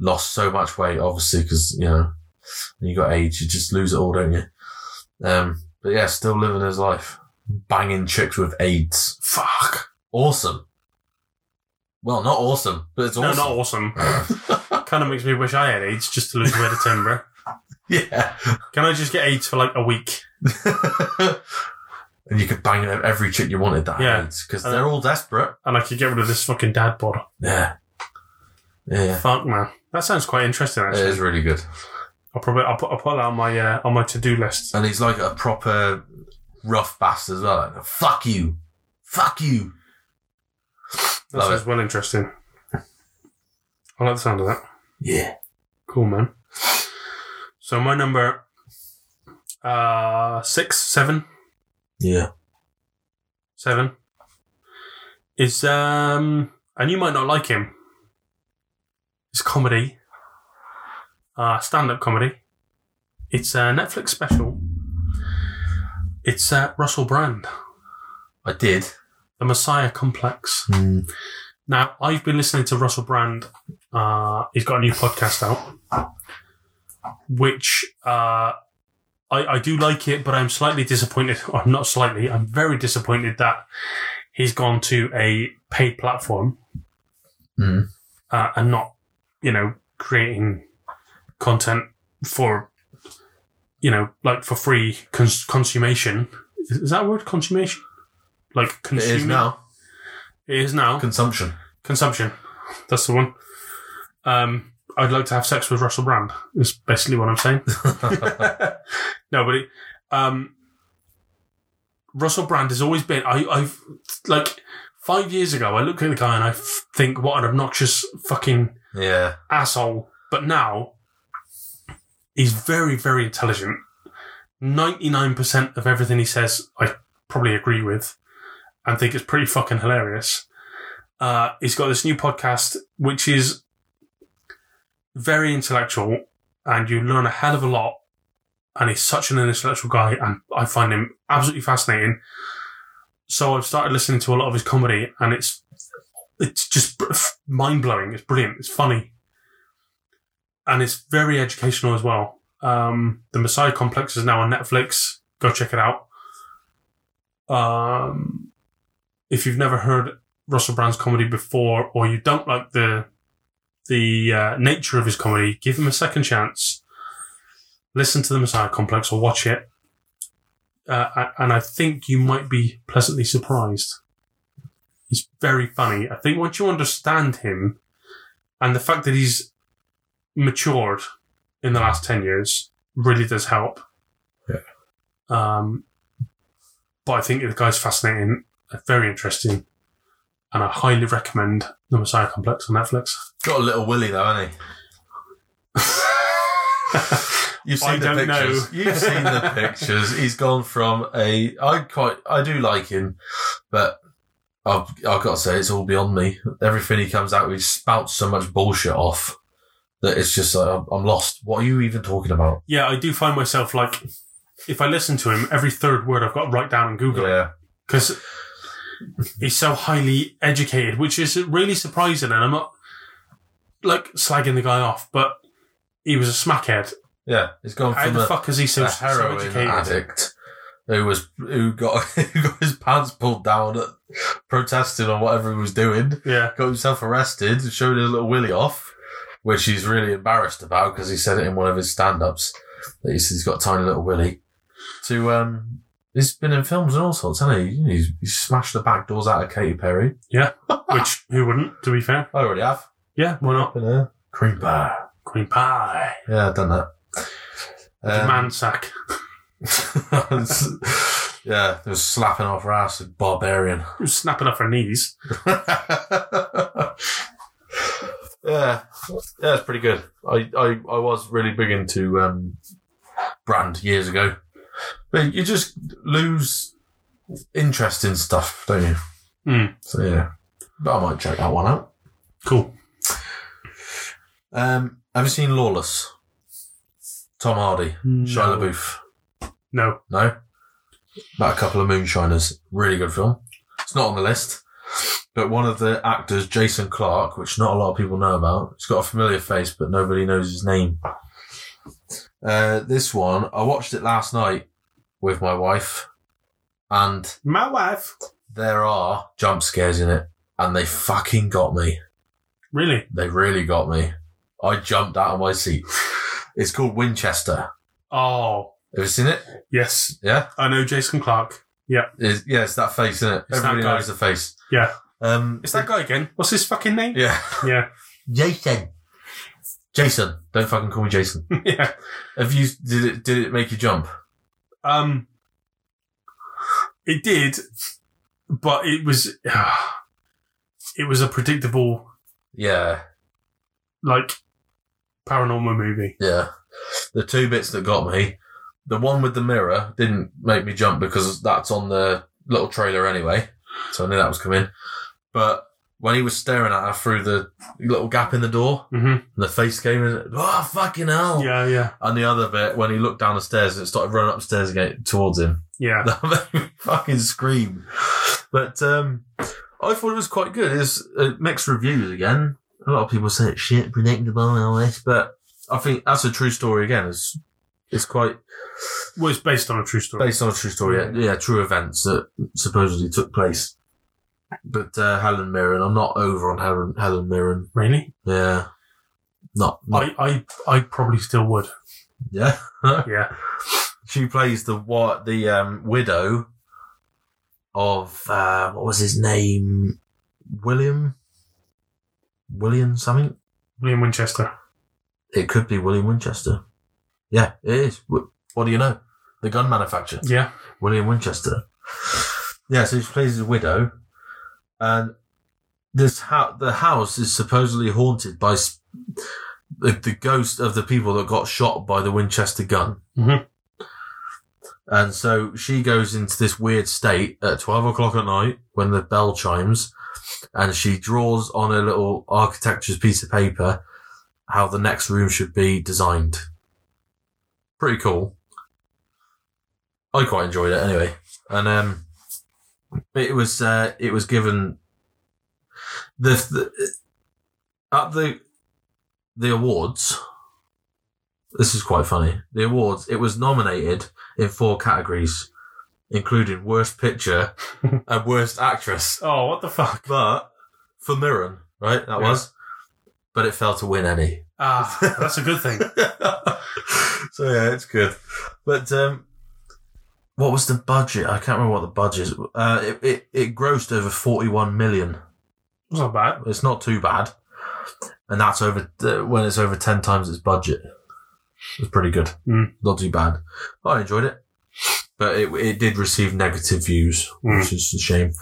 lost so much weight obviously because you know when you got aids you just lose it all don't you um but yeah still living his life banging chicks with aids Fuck. awesome well not awesome but it's No, awesome not awesome. kind of makes me wish I had AIDS just to lose a bit of timber. yeah Can I just get AIDS for like a week? and you could bang every chick you wanted that Yeah. Uh, yeah. because And- they're all desperate. And I could get rid of this fucking dad bod. Yeah. Yeah. Fuck man, that sounds quite interesting. It Actually, is really good. I'll probably I'll put I'll put that on my uh, on my to do list. And he's like a proper rough bastard as well. Like, Fuck you. Fuck you. That Love sounds well interesting. I like the sound of that. Yeah. Cool man. So my number uh six seven Yeah. seven is um and you might not like him. It's comedy. Uh stand up comedy. It's a Netflix special. It's uh, Russell Brand, I did. The Messiah Complex. Now, I've been listening to Russell Brand. Uh, he's got a new podcast out, which uh, I, I do like it, but I'm slightly disappointed. Or not slightly, I'm very disappointed that he's gone to a paid platform Hmm. uh, and not, you know, creating content for, you know, like for free cons- consummation. Is, is that a word? Consummation? Like It consuming? is now. It is now Consumption. consumption. That's the one. Um, I'd like to have sex with Russell Brand. Is basically what I'm saying. no, but it, um, Russell Brand has always been. I, I've like five years ago. I look at the guy and I f- think, what an obnoxious fucking yeah. asshole. But now he's very, very intelligent. Ninety-nine percent of everything he says, I probably agree with, and think it's pretty fucking hilarious. Uh, he's got this new podcast which is very intellectual, and you learn a hell of a lot. And he's such an intellectual guy, and I find him absolutely fascinating. So I've started listening to a lot of his comedy, and it's it's just mind blowing. It's brilliant. It's funny and it's very educational as well. Um, the Messiah Complex is now on Netflix. Go check it out. Um, if you've never heard Russell Brand's comedy before, or you don't like the the uh, nature of his comedy, give him a second chance. Listen to the Messiah Complex or watch it, uh, a- and I think you might be pleasantly surprised. He's very funny. I think once you understand him, and the fact that he's matured in the last 10 years really does help. Mm. Yeah. Um, but I think the guy's fascinating, uh, very interesting, and I highly recommend The Messiah Complex on Netflix. Got a little willy though, hasn't he? You've seen I the don't pictures. know. You've seen the pictures. He's gone from a. I quite. I do like him, but I've I've got to say it's all beyond me. Everything he comes out with he spouts so much bullshit off that it's just like I'm, I'm lost. What are you even talking about? yeah, I do find myself like, if I listen to him, every third word I've got to write down and Google it Yeah, because he's so highly educated, which is really surprising. And I'm not like slagging the guy off, but he was a smackhead. yeah. He's gone How from the a, fuck is he so, a so heroin educated? addict who was who got who got his pants pulled down, at, protesting on whatever he was doing. Yeah. got himself arrested and showed his little willy off, which he's really embarrassed about because he said it in one of his stand-ups that he's, he's got a tiny little willy. To um, he's been in films and all sorts, hasn't he? He's, he's smashed the back doors out of Katy Perry. Which who wouldn't? To be fair, I already have. yeah, why not? Been there. Cream bar. Queen pie, Um, Yeah, I've done that. the man sack. Um, Yeah, they were slapping off her ass with Barbarian. It was snapping off her knees. yeah, yeah, it's pretty good. I, I, I was really big into um, brand years ago, but you just lose interest in stuff, don't you? Mm. So yeah, but I might check that one out. Cool. Um, have you seen Lawless? Tom Hardy, Shia LaBeouf. No. No. About a couple of moonshiners. Really good film. It's not on the list. But one of the actors, Jason Clark, which not a lot of people know about. He's got a familiar face, but nobody knows his name. Uh, this one, I watched it last night with my wife, and My wife. there are jump scares in it, and they fucking got me. Really? They really got me. I jumped out of my seat. It's called Winchester. Oh, Have you seen it? yes. Yeah. I know Jason Clark. Is, yeah, it's that face, isn't it? It's that Everybody guy. knows the face. Yeah. Um, It's that guy again. What's his fucking name? Yeah. Yeah. Jason. Jason. Don't fucking call me Jason. Yeah. Have you, did it, did it make you jump? Um, it did, but it was, it was a predictable, Yeah. like, paranormal movie. Yeah. The two bits that got me, the one with the mirror didn't make me jump because that's on the little trailer anyway. So I knew that was coming. But when he was staring at her through the little gap in the door Mm-hmm. and the face came in, oh, fucking hell. Yeah, yeah, And the other bit, when he looked down the stairs and it started running upstairs again towards him. yeah. That made me fucking scream. But um, I thought it was quite good. It's uh, mixed reviews again. A lot of people say it's shit, predictable, and all this. But I think that's a true story again. It's it's quite Well, it's based on a true story. based on a true story. Yeah, yeah, true events that supposedly took place. But uh, Helen Mirren, I'm not over on Helen Helen Mirren. Really? Yeah, not, not I, I, I probably still would. yeah. Yeah. She plays the what the um, widow of uh, what was his name? William William something? William Winchester. It could be William Winchester. Yeah, it is. Wh- What do you know? The gun manufacturer. Yeah. William Winchester. Yeah, so she plays the widow, and this ha- the house is supposedly haunted by sp- the, the ghost of the people that got shot by the Winchester gun. Mhm. And so she goes into this weird state at twelve o'clock at night when the bell chimes, and she draws on a little architecture's piece of paper how the next room should be designed. Pretty cool. I quite enjoyed it anyway, and um, it was uh, it was given the, the at the the awards. This is quite funny. The awards it was nominated in four categories, including worst picture and worst actress. Oh, what the fuck? But for Mirren, right, that Yeah. was, but it failed to win any. Ah, that's a good thing. so yeah, it's good. But um, what was the budget? I can't remember what the budget. Is. Uh, it, it it grossed over forty one million. It's not bad. It's not too bad, and that's over uh, when it's over ten times its budget. It's pretty good. Mm. Not too bad. Oh, I enjoyed it, but it it did receive negative views, Mm. which is a shame.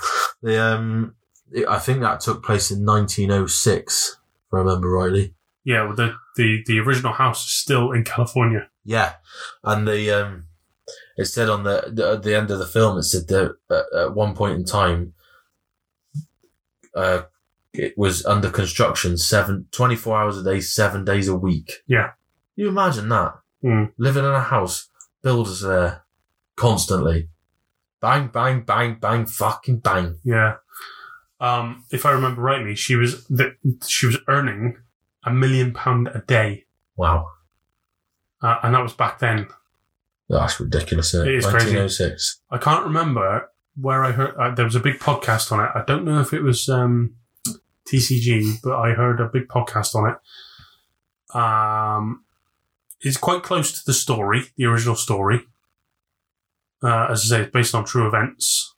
The um, it- I think that took place in nineteen oh six. If I remember rightly. Yeah, well, the, the, the original house is still in California. Yeah, and the um, it said on the, the at the end of the film, it said that at, at one point in time, uh, it was under construction seven, 24 hours a day, seven days a week. Yeah. you imagine that Mm. living in a house, builders there constantly, bang, bang, bang, bang, fucking bang. Yeah. Um, if I remember rightly, she was the, she was earning a million pound a day, Wow, uh, and that was back then. that's ridiculous. Isn't it? It is crazy. 1906. I can't remember where I heard. Uh, there was a big podcast on it. I don't know if it was um, TCG, but I heard a big podcast on it. Um, it's quite close to the story, the original story. Uh, as I say, it's based on true events.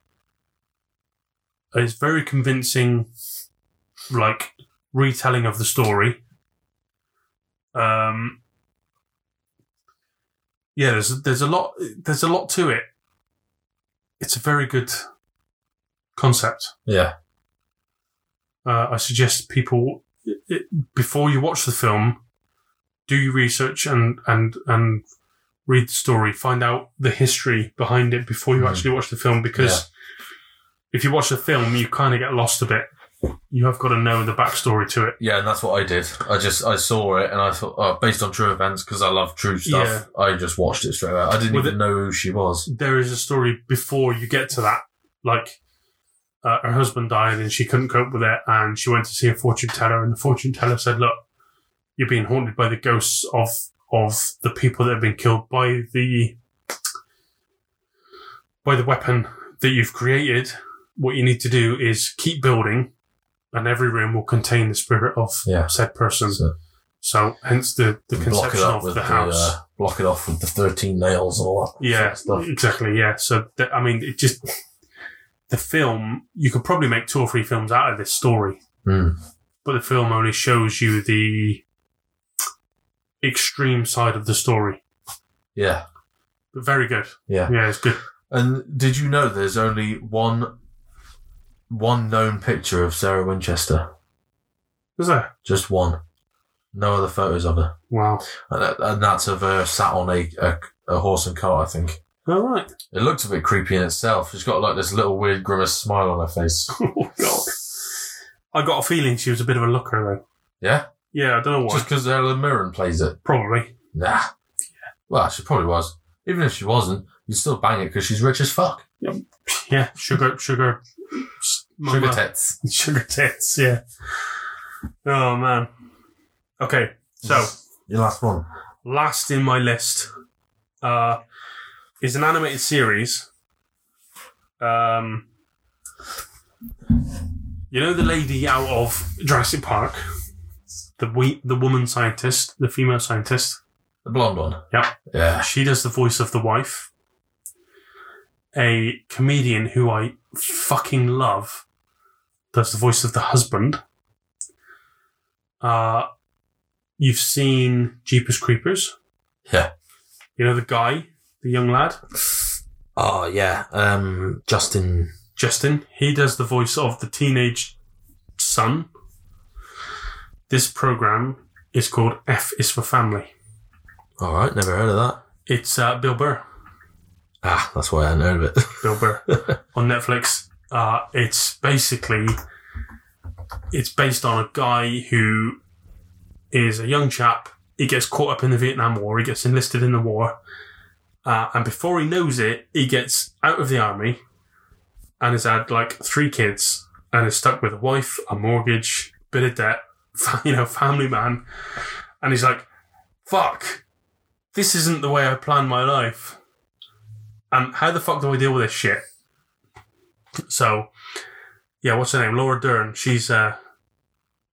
It's very convincing, like retelling of the story. Um, yeah, there's there's a lot there's a lot to it it's a very good concept. Yeah. Uh, I suggest people it, it- before you watch the film, do your research and and and read the story, find out the history behind it before you Mhm. actually watch the film. Because if you watch the film, you kind of get lost a bit. You have got to know the backstory to it. Yeah, and that's what I did. I just I saw it and I thought, oh, based on true events, because I love true stuff. I just watched it straight away. I didn't With even know who she was. there is a story before you get to that. Like, uh, her husband died and she couldn't cope with it, and she went to see a fortune teller, and the fortune teller said, "Look, you're being haunted by the ghosts of of the people that have been killed by the by the weapon that you've created. What you need to do is keep building, and every room will contain the spirit of Yeah. said person. So, So hence the the block it conception up of with the house." uh, block it off with the thirteen nails and all that. Yeah, sort of stuff. exactly. Yeah. So th- I mean, it just the film. You could probably make two or three films out of this story, Hmm. but the film only shows you the extreme side of the story. Yeah, But very good. yeah. Yeah, it's good. And did you know there's only one one known picture of Sarah Winchester? Is there? Just one. No other photos of her, Wow. and, that- and that's of her sat on a, a a horse and cart, I think. All right. It looks a bit creepy in itself. She's got like this little weird grimace smile on her face. Oh God. I got a feeling she was a bit of a looker though. Yeah, Yeah, I don't know why. just because Helen Mirren plays it. Probably. Nah. Well, she probably was. Even if she wasn't, you'd still bang it because she's rich as fuck. Yeah, sugar, sugar, s- Sugar mama. tits. sugar tits. Yeah. Oh man. Okay, so. Your last one. last in my list uh, is an animated series. Um, you know the lady out of Jurassic Park, the we- the woman scientist, the female scientist. The blonde one. Yeah. Yeah. She does the voice of the wife. A comedian who I fucking love does the voice of the husband. Uh, you've seen Jeepers Creepers. Yeah. You know the guy, the young lad, Oh, yeah. Um, Justin. Justin. He does the voice of the teenage son. This program is called F is for Family. All right. Never heard of that. It's uh, Bill Burr. Ah, that's why I hadn't heard of it. Bill Burr on Netflix. Uh, it's basically it's based on a guy who is a young chap. He gets caught up in the Vietnam War. He gets enlisted in the war, uh, and before he knows it, he gets out of the army and has had like three kids and is stuck with a wife, a mortgage, bit of debt, you know, family man, and he's like, "Fuck, this isn't the way I planned my life." And how the fuck do I deal with this shit? So, yeah, what's her name? Laura Dern. She's uh,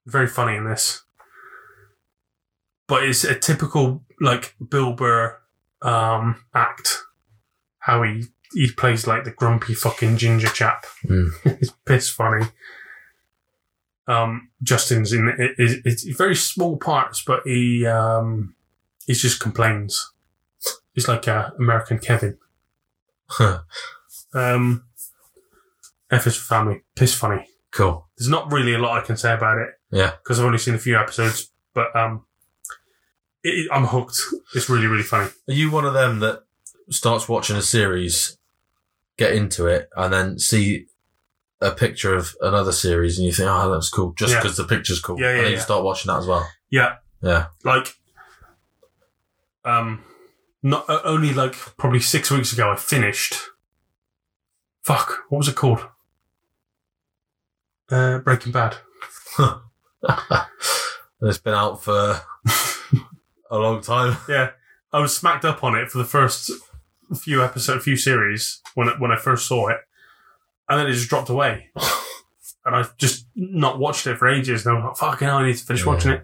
very funny in this. But it's a typical, like, Bill Burr um, act. How he, he plays, like, the grumpy fucking ginger chap. Mm. it's piss funny. Um, Justin's in it. it- It's very small parts, but he, um, he just complains. He's like uh, American Kevin. Um, F is for family. Piss funny. cool. There's not really a lot I can say about it. Yeah. Because I've only seen a few episodes, but um, it, it- I'm hooked. It's really really funny. Are you one of them that starts watching a series, get into it, and then see a picture of another series and you think, oh, that's cool, just Yeah. because the picture's cool? Yeah, yeah, And then you yeah. start watching that as well. Yeah. Yeah. Like, um, not uh, only like probably six weeks ago I finished. Fuck, what was it called? Uh, Breaking Bad. and it's been out for a long time. I was smacked up on it for the first few episode, few series when I, when I first saw it, and then it just dropped away, and I've just not watched it for ages. And I was like, "Fucking hell, I need to finish Yeah. watching it."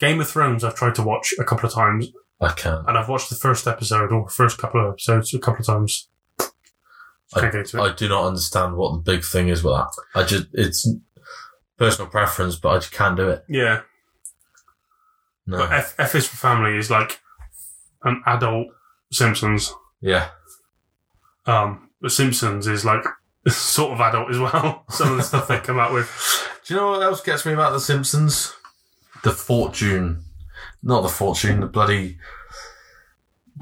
Game of Thrones, I've tried to watch a couple of times, I can't. and I've watched the first episode or first couple of episodes a couple of times. Just can't get into it. I do not understand what the big thing is with that. I just, it's personal preference, but I just can't do it. yeah, No. but F, F is for Family is like an adult Simpsons. yeah. Um, The Simpsons is like sort of adult as well. Some of the stuff they come out with. Do you know what else gets me about The Simpsons? The fortune. Not the fortune, the bloody.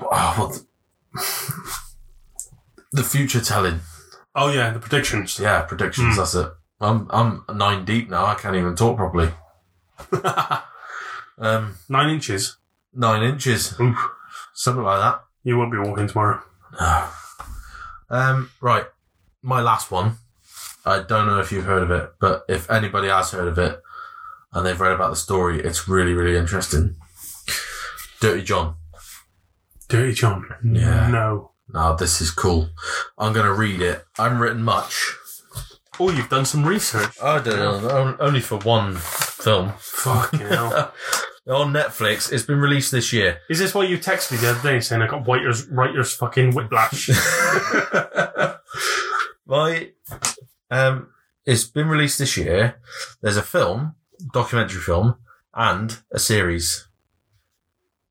Oh, what the- the future telling. Oh yeah, the predictions. Yeah, predictions, Hmm. that's it. I'm, I'm nine deep now. I can't even talk properly. Um, Nine inches. nine inches, Oof. something like that. You won't be walking tomorrow. No. Um, right. My last one. I don't know if you've heard of it, but if anybody has heard of it and they've read about the story, it's really, really interesting. Dirty John. Dirty John. Yeah. No. Now, this is cool. I'm going to read it. I haven't written much. Oh, you've done some research. I don't know. Only for one film. Fucking hell. On Netflix. It's been released this year. Is this why you texted me the other day saying I got writer's, writer's fucking whiplash? My, um, it's been released this year. There's a film, documentary film, and a series.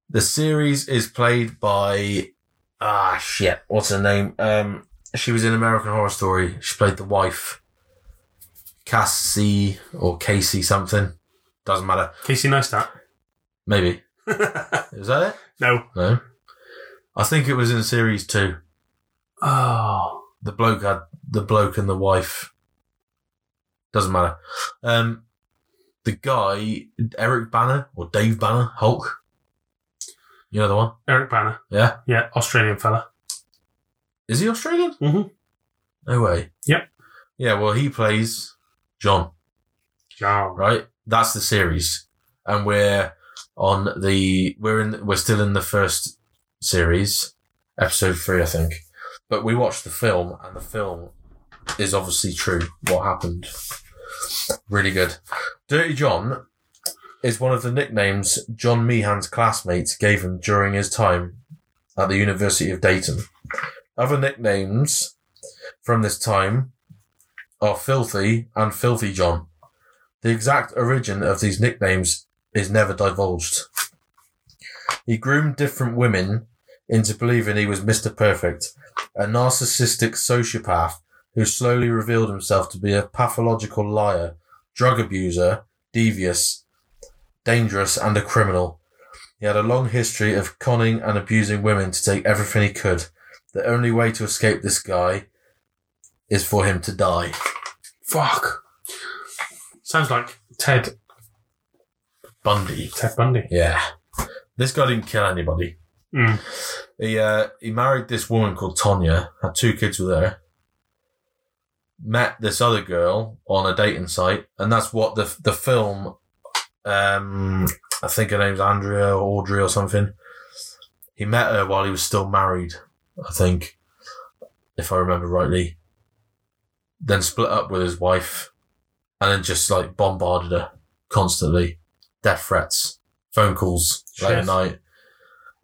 The series is played by ah shit, what's her name? Um, she was in American Horror Story. She played the wife, Cassie or Casey something. Doesn't matter. Casey Neistat? Maybe is that it? No. No, I think it was in series two. Oh. the bloke had the bloke and the wife. Doesn't matter. Um, the guy Eric Banner or Dave Banner Hulk. You know the one? Eric Banner. Yeah. Yeah, Australian fella. Is he Australian? Mhm. No way. Yep. Yeah. Well, he plays John. John. Right. That's the series, and we're on the we're in we're still in the first series, episode three, I think. But we watched the film, and the film is obviously true. What happened? Really good. Dirty John is one of the nicknames John Meehan's classmates gave him during his time at the University of Dayton. Other nicknames from this time are Filthy and Filthy John. The exact origin of these nicknames is never divulged. He groomed different women into believing he was Mr. Perfect, a narcissistic sociopath who slowly revealed himself to be a pathological liar, drug abuser, devious, dangerous, and a criminal. He had a long history of conning and abusing women to take everything he could. The only way to escape this guy is for him to die. Fuck. Sounds like Ted Bundy. Ted Bundy. Yeah. This guy didn't kill anybody. Mm. He uh, he married this woman called Tonya, had two kids with her. Met this other girl on a dating site, and that's what the the film. Um, I think her name's Andrea or Audrey or something. He met her while he was still married, I think, if I remember rightly. Then split up with his wife, and then just like bombarded her constantly, death threats, phone calls late Shit. at night.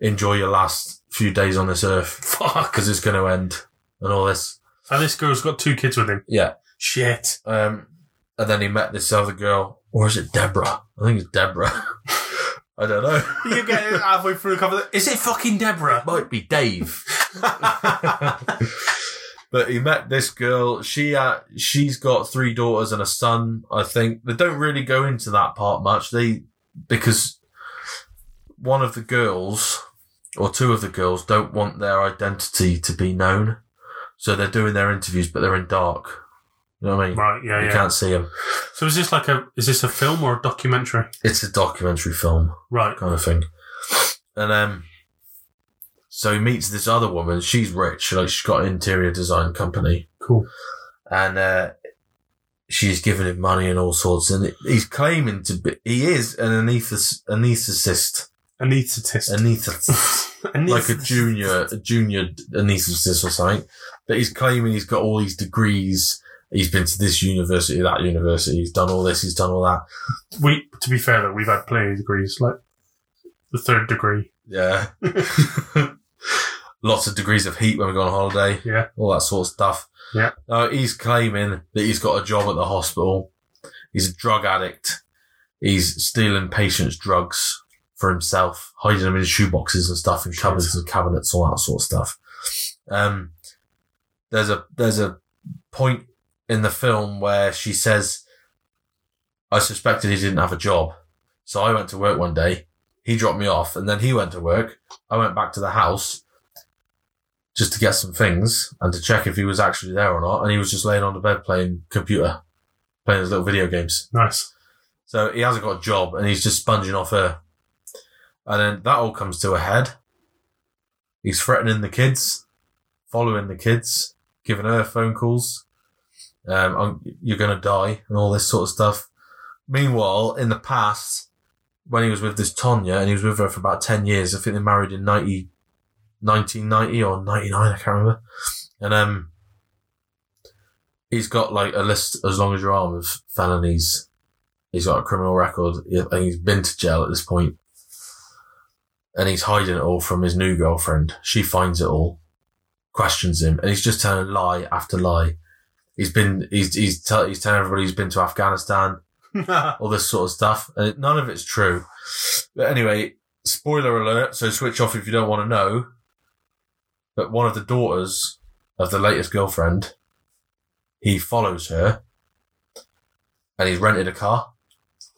Enjoy your last few days on this earth Fuck. because it's going to end and all this. And this girl's got two kids with him. Yeah. Shit. Um, and then he met this other girl, or is it Deborah? I think it's Deborah. I don't know. You get it halfway through the cover. Is it fucking Deborah? Might be Dave. but he met this girl. She uh, she's got three daughters and a son. I think they don't really go into that part much. They because one of the girls or two of the girls don't want their identity to be known, so they're doing their interviews, but they're in dark. You know what I mean? Right, yeah, you yeah. can't see them. So is this like a is this a film or a documentary? It's a documentary film. Right. kind of thing. And um, so he meets this other woman. She's rich, like she's got an interior design company, Cool. and uh, she's giving him money and all sorts. And he's claiming to be, he is an anesthes- anesthetist, Anesthetist. anesthetist, like a Anesthetist. junior, a junior anesthetist or something. But he's claiming he's got all these degrees. He's been to this university, that university. He's done all this. He's done all that. we to be fair though, we've had plenty of degrees, like the third degree. Yeah. Lots of degrees of heat when we go on holiday. Yeah. All that sort of stuff. Yeah. No, he's claiming that he's got a job at the hospital. He's a drug addict. He's stealing patients' drugs for himself, hiding them in shoeboxes and stuff, and cupboards and cabinets, all that sort of stuff. Um, there's a there's a point in the film where she says, "I suspected he didn't have a job, so I went to work one day. He dropped me off, and then he went to work. I went back to the house." Just to get some things and to check if he was actually there or not, and he was just laying on the bed playing computer, playing his little video games. Nice. So he hasn't got a job and he's just sponging off her. And then that all comes to a head. He's threatening the kids, following the kids, giving her phone calls. Um, I'm- you're going to die and all this sort of stuff. Meanwhile, in the past, when he was with this Tonya and he was with her for about 10 years, I think they married in 90, 1990 or 99, I can't remember. And, um, he's got like a list as long as your arm of felonies He's got a criminal record. He- I think he's been to jail at this point. And he's hiding it all from his new girlfriend. She finds it all, questions him, and he's just telling lie after lie. He's been, he's, he's, tell, he's telling everybody he's been to Afghanistan, all this sort of stuff. And it- none of it's true. But anyway, spoiler alert. So switch off if you don't want to know. But one of the daughters of the latest girlfriend, he follows her and he's rented a car.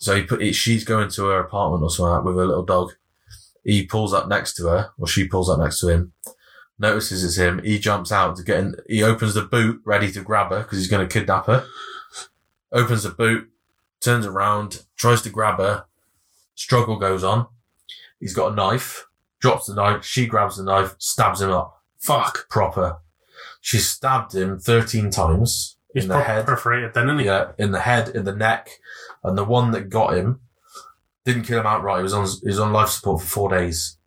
So he put, he, she's going to her apartment or something like that with her little dog. He pulls up next to her, or she pulls up next to him, notices it's him. He jumps out to get in. He opens the boot, ready to grab her because he's going to kidnap her. Opens the boot, turns around, tries to grab her. Struggle goes on. He's got a knife, drops the knife. She grabs the knife, stabs him up Fuck. proper. She stabbed him 13 times He's in the proper head perforated then, isn't he? yeah, in the head, in the neck, and the one that got him didn't kill him outright. He was on he was on life support for four days.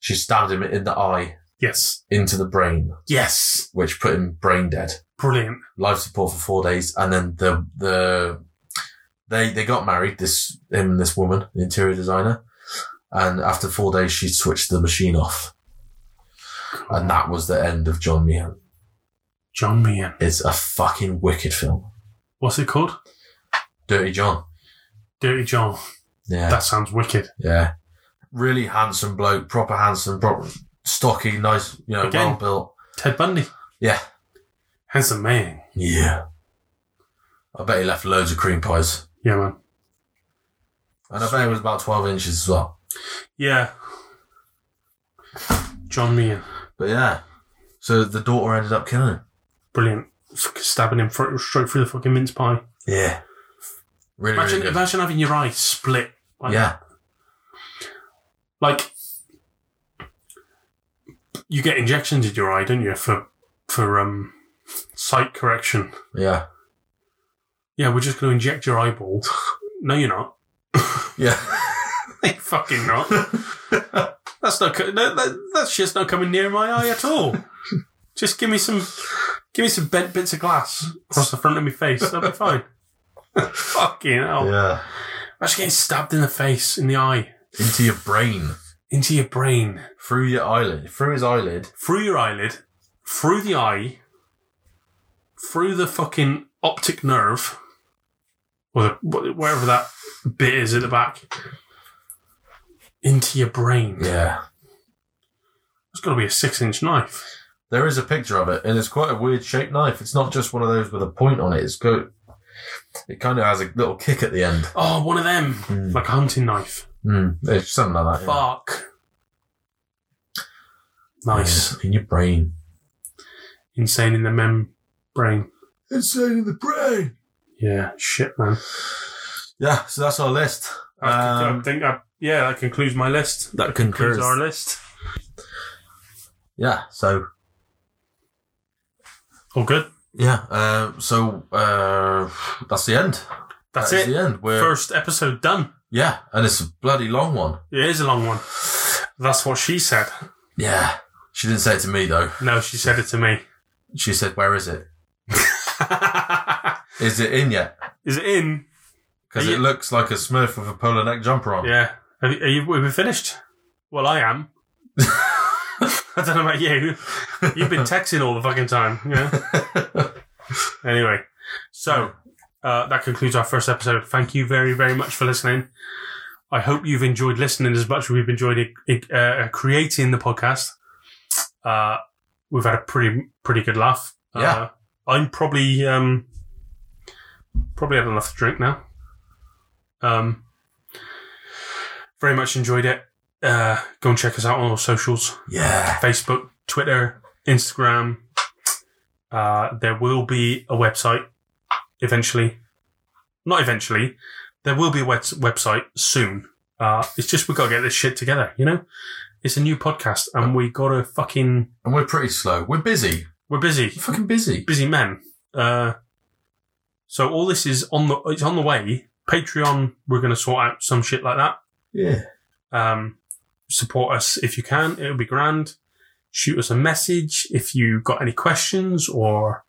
She stabbed him in the eye, Yes. into the brain, Yes. which put him brain dead. Brilliant. Life support for four days, and then the the they they got married. This him and this woman, the interior designer, and after four days, she switched the machine off, and that was the end of John Meehan. John Meehan. It's a fucking wicked film, What's it called? Dirty John. Dirty John. Yeah, That sounds wicked. Yeah. Really handsome bloke, proper handsome, proper stocky, nice, you know, Again. well built. Ted Bundy. Yeah. Handsome man. Yeah. I bet he left loads of cream pies. Yeah, man. And I bet he was about 12 inches as well. Yeah. John Meehan. But yeah. So the daughter ended up killing him. Brilliant. Fucking stabbing him fr- straight through the fucking mince pie. Yeah. Really, Imagine, really good. imagine having your eyes split. Like, yeah. Like, you get injections in your eye, don't you, for for um sight correction? Yeah. Yeah, we're just going to inject your eyeball. no, you're not. You're fucking not. Yeah. That's not. co- No, that, that's just not coming near my eye at all. just give me some, give me some bent bits of glass across the front of my face. That'll be fine. Fucking hell! yeah. Imagine getting stabbed in the face, in the eye, Into your brain. into your brain, Through your eyelid. Through his eyelid. through your eyelid, through the eye, through the fucking optic nerve, or the, wh- wherever that bit is at the back, into your brain. Yeah. It's got to be a six-inch knife. There is a picture of it, and it's quite a weird shaped knife. It's not just one of those with a point on it. It's go. It kind of has a little kick at the end. Oh, one of them, Mm. like a hunting knife. Mm, it's something like that. yeah. Fuck. Nice. Yeah, in your brain. Insane in the membrane. Inside in the brain. Yeah, shit, man. Yeah, so that's our list. I, Um, think I, yeah, that concludes my list. That concurs. our list. Yeah, so All good. yeah, uh, so uh, that's the end. That's That is it. The end. We're, First episode done. yeah, and it's a bloody long one. It is a long one. That's what she said. Yeah, she didn't say it to me though. No, she said it to me. She said, "Where is it? Is it in yet?" is it in? Because Are it you- looks like a Smurf with a polar neck jumper on. Yeah. Have you, are you, have we finished? Well, I am. I don't know about you. You've been texting all the fucking time. Yeah. Anyway, so uh, that concludes our first episode. Thank you very, very much for listening. I hope you've enjoyed listening as much as we've enjoyed uh, creating the podcast. Uh, we've had a pretty pretty good laugh. Yeah. Uh, I'm probably um, probably had enough to drink now. Um, very much enjoyed it. Uh, go and check us out on all socials: Yeah. Facebook, Twitter, Instagram. Uh, there will be a website eventually. Not eventually. There will be a web- website soon. Uh, it's just we gotta get this shit together, you know. It's a new podcast, and we gotta fucking And we're pretty slow. We're busy. we're busy We're fucking busy. busy men. Uh, so all this is on the it's on the way. Patreon, we're going to sort out some shit like that. Yeah. Um, support us if you can; it'll be grand. Shoot us a message if you got any questions or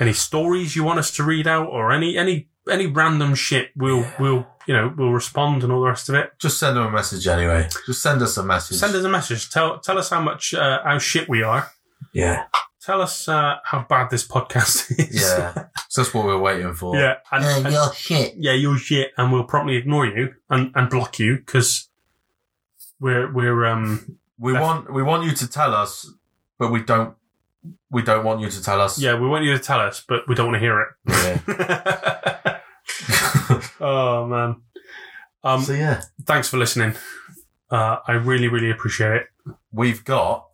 any stories you want us to read out, or any any any random shit. We'll Yeah. we'll you know we'll respond and all the rest of it. Just send them a message anyway. Just send us a message. Send us a message. Tell tell us how much uh, how shit we are. Yeah. Tell us uh, how bad this podcast is. Yeah. so that's what we're waiting for. yeah. And, Yeah, and- you're shit. yeah, you're shit, and we'll promptly ignore you and, and block you because we're we're um We That's- want we want you to tell us, but we don't we don't want you to tell us. yeah we want you to tell us, but we don't want to hear Yeah. it. oh man, um, so yeah, thanks for listening. Uh, I really really appreciate it. we've got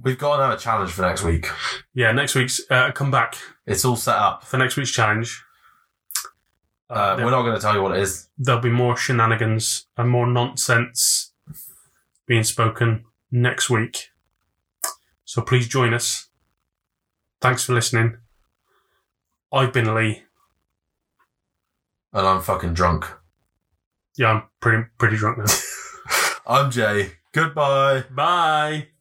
we've got another challenge for next week. Yeah, next week's uh, come back It's all set up. for next week's challenge. Uh, Uh, there, we're not going to tell you what it is. there'll be more shenanigans and more nonsense being spoken next week. So please join us. Thanks for listening. I've been Lee. And I'm fucking drunk. Yeah, I'm pretty pretty drunk now. I'm Jay. Goodbye. Bye.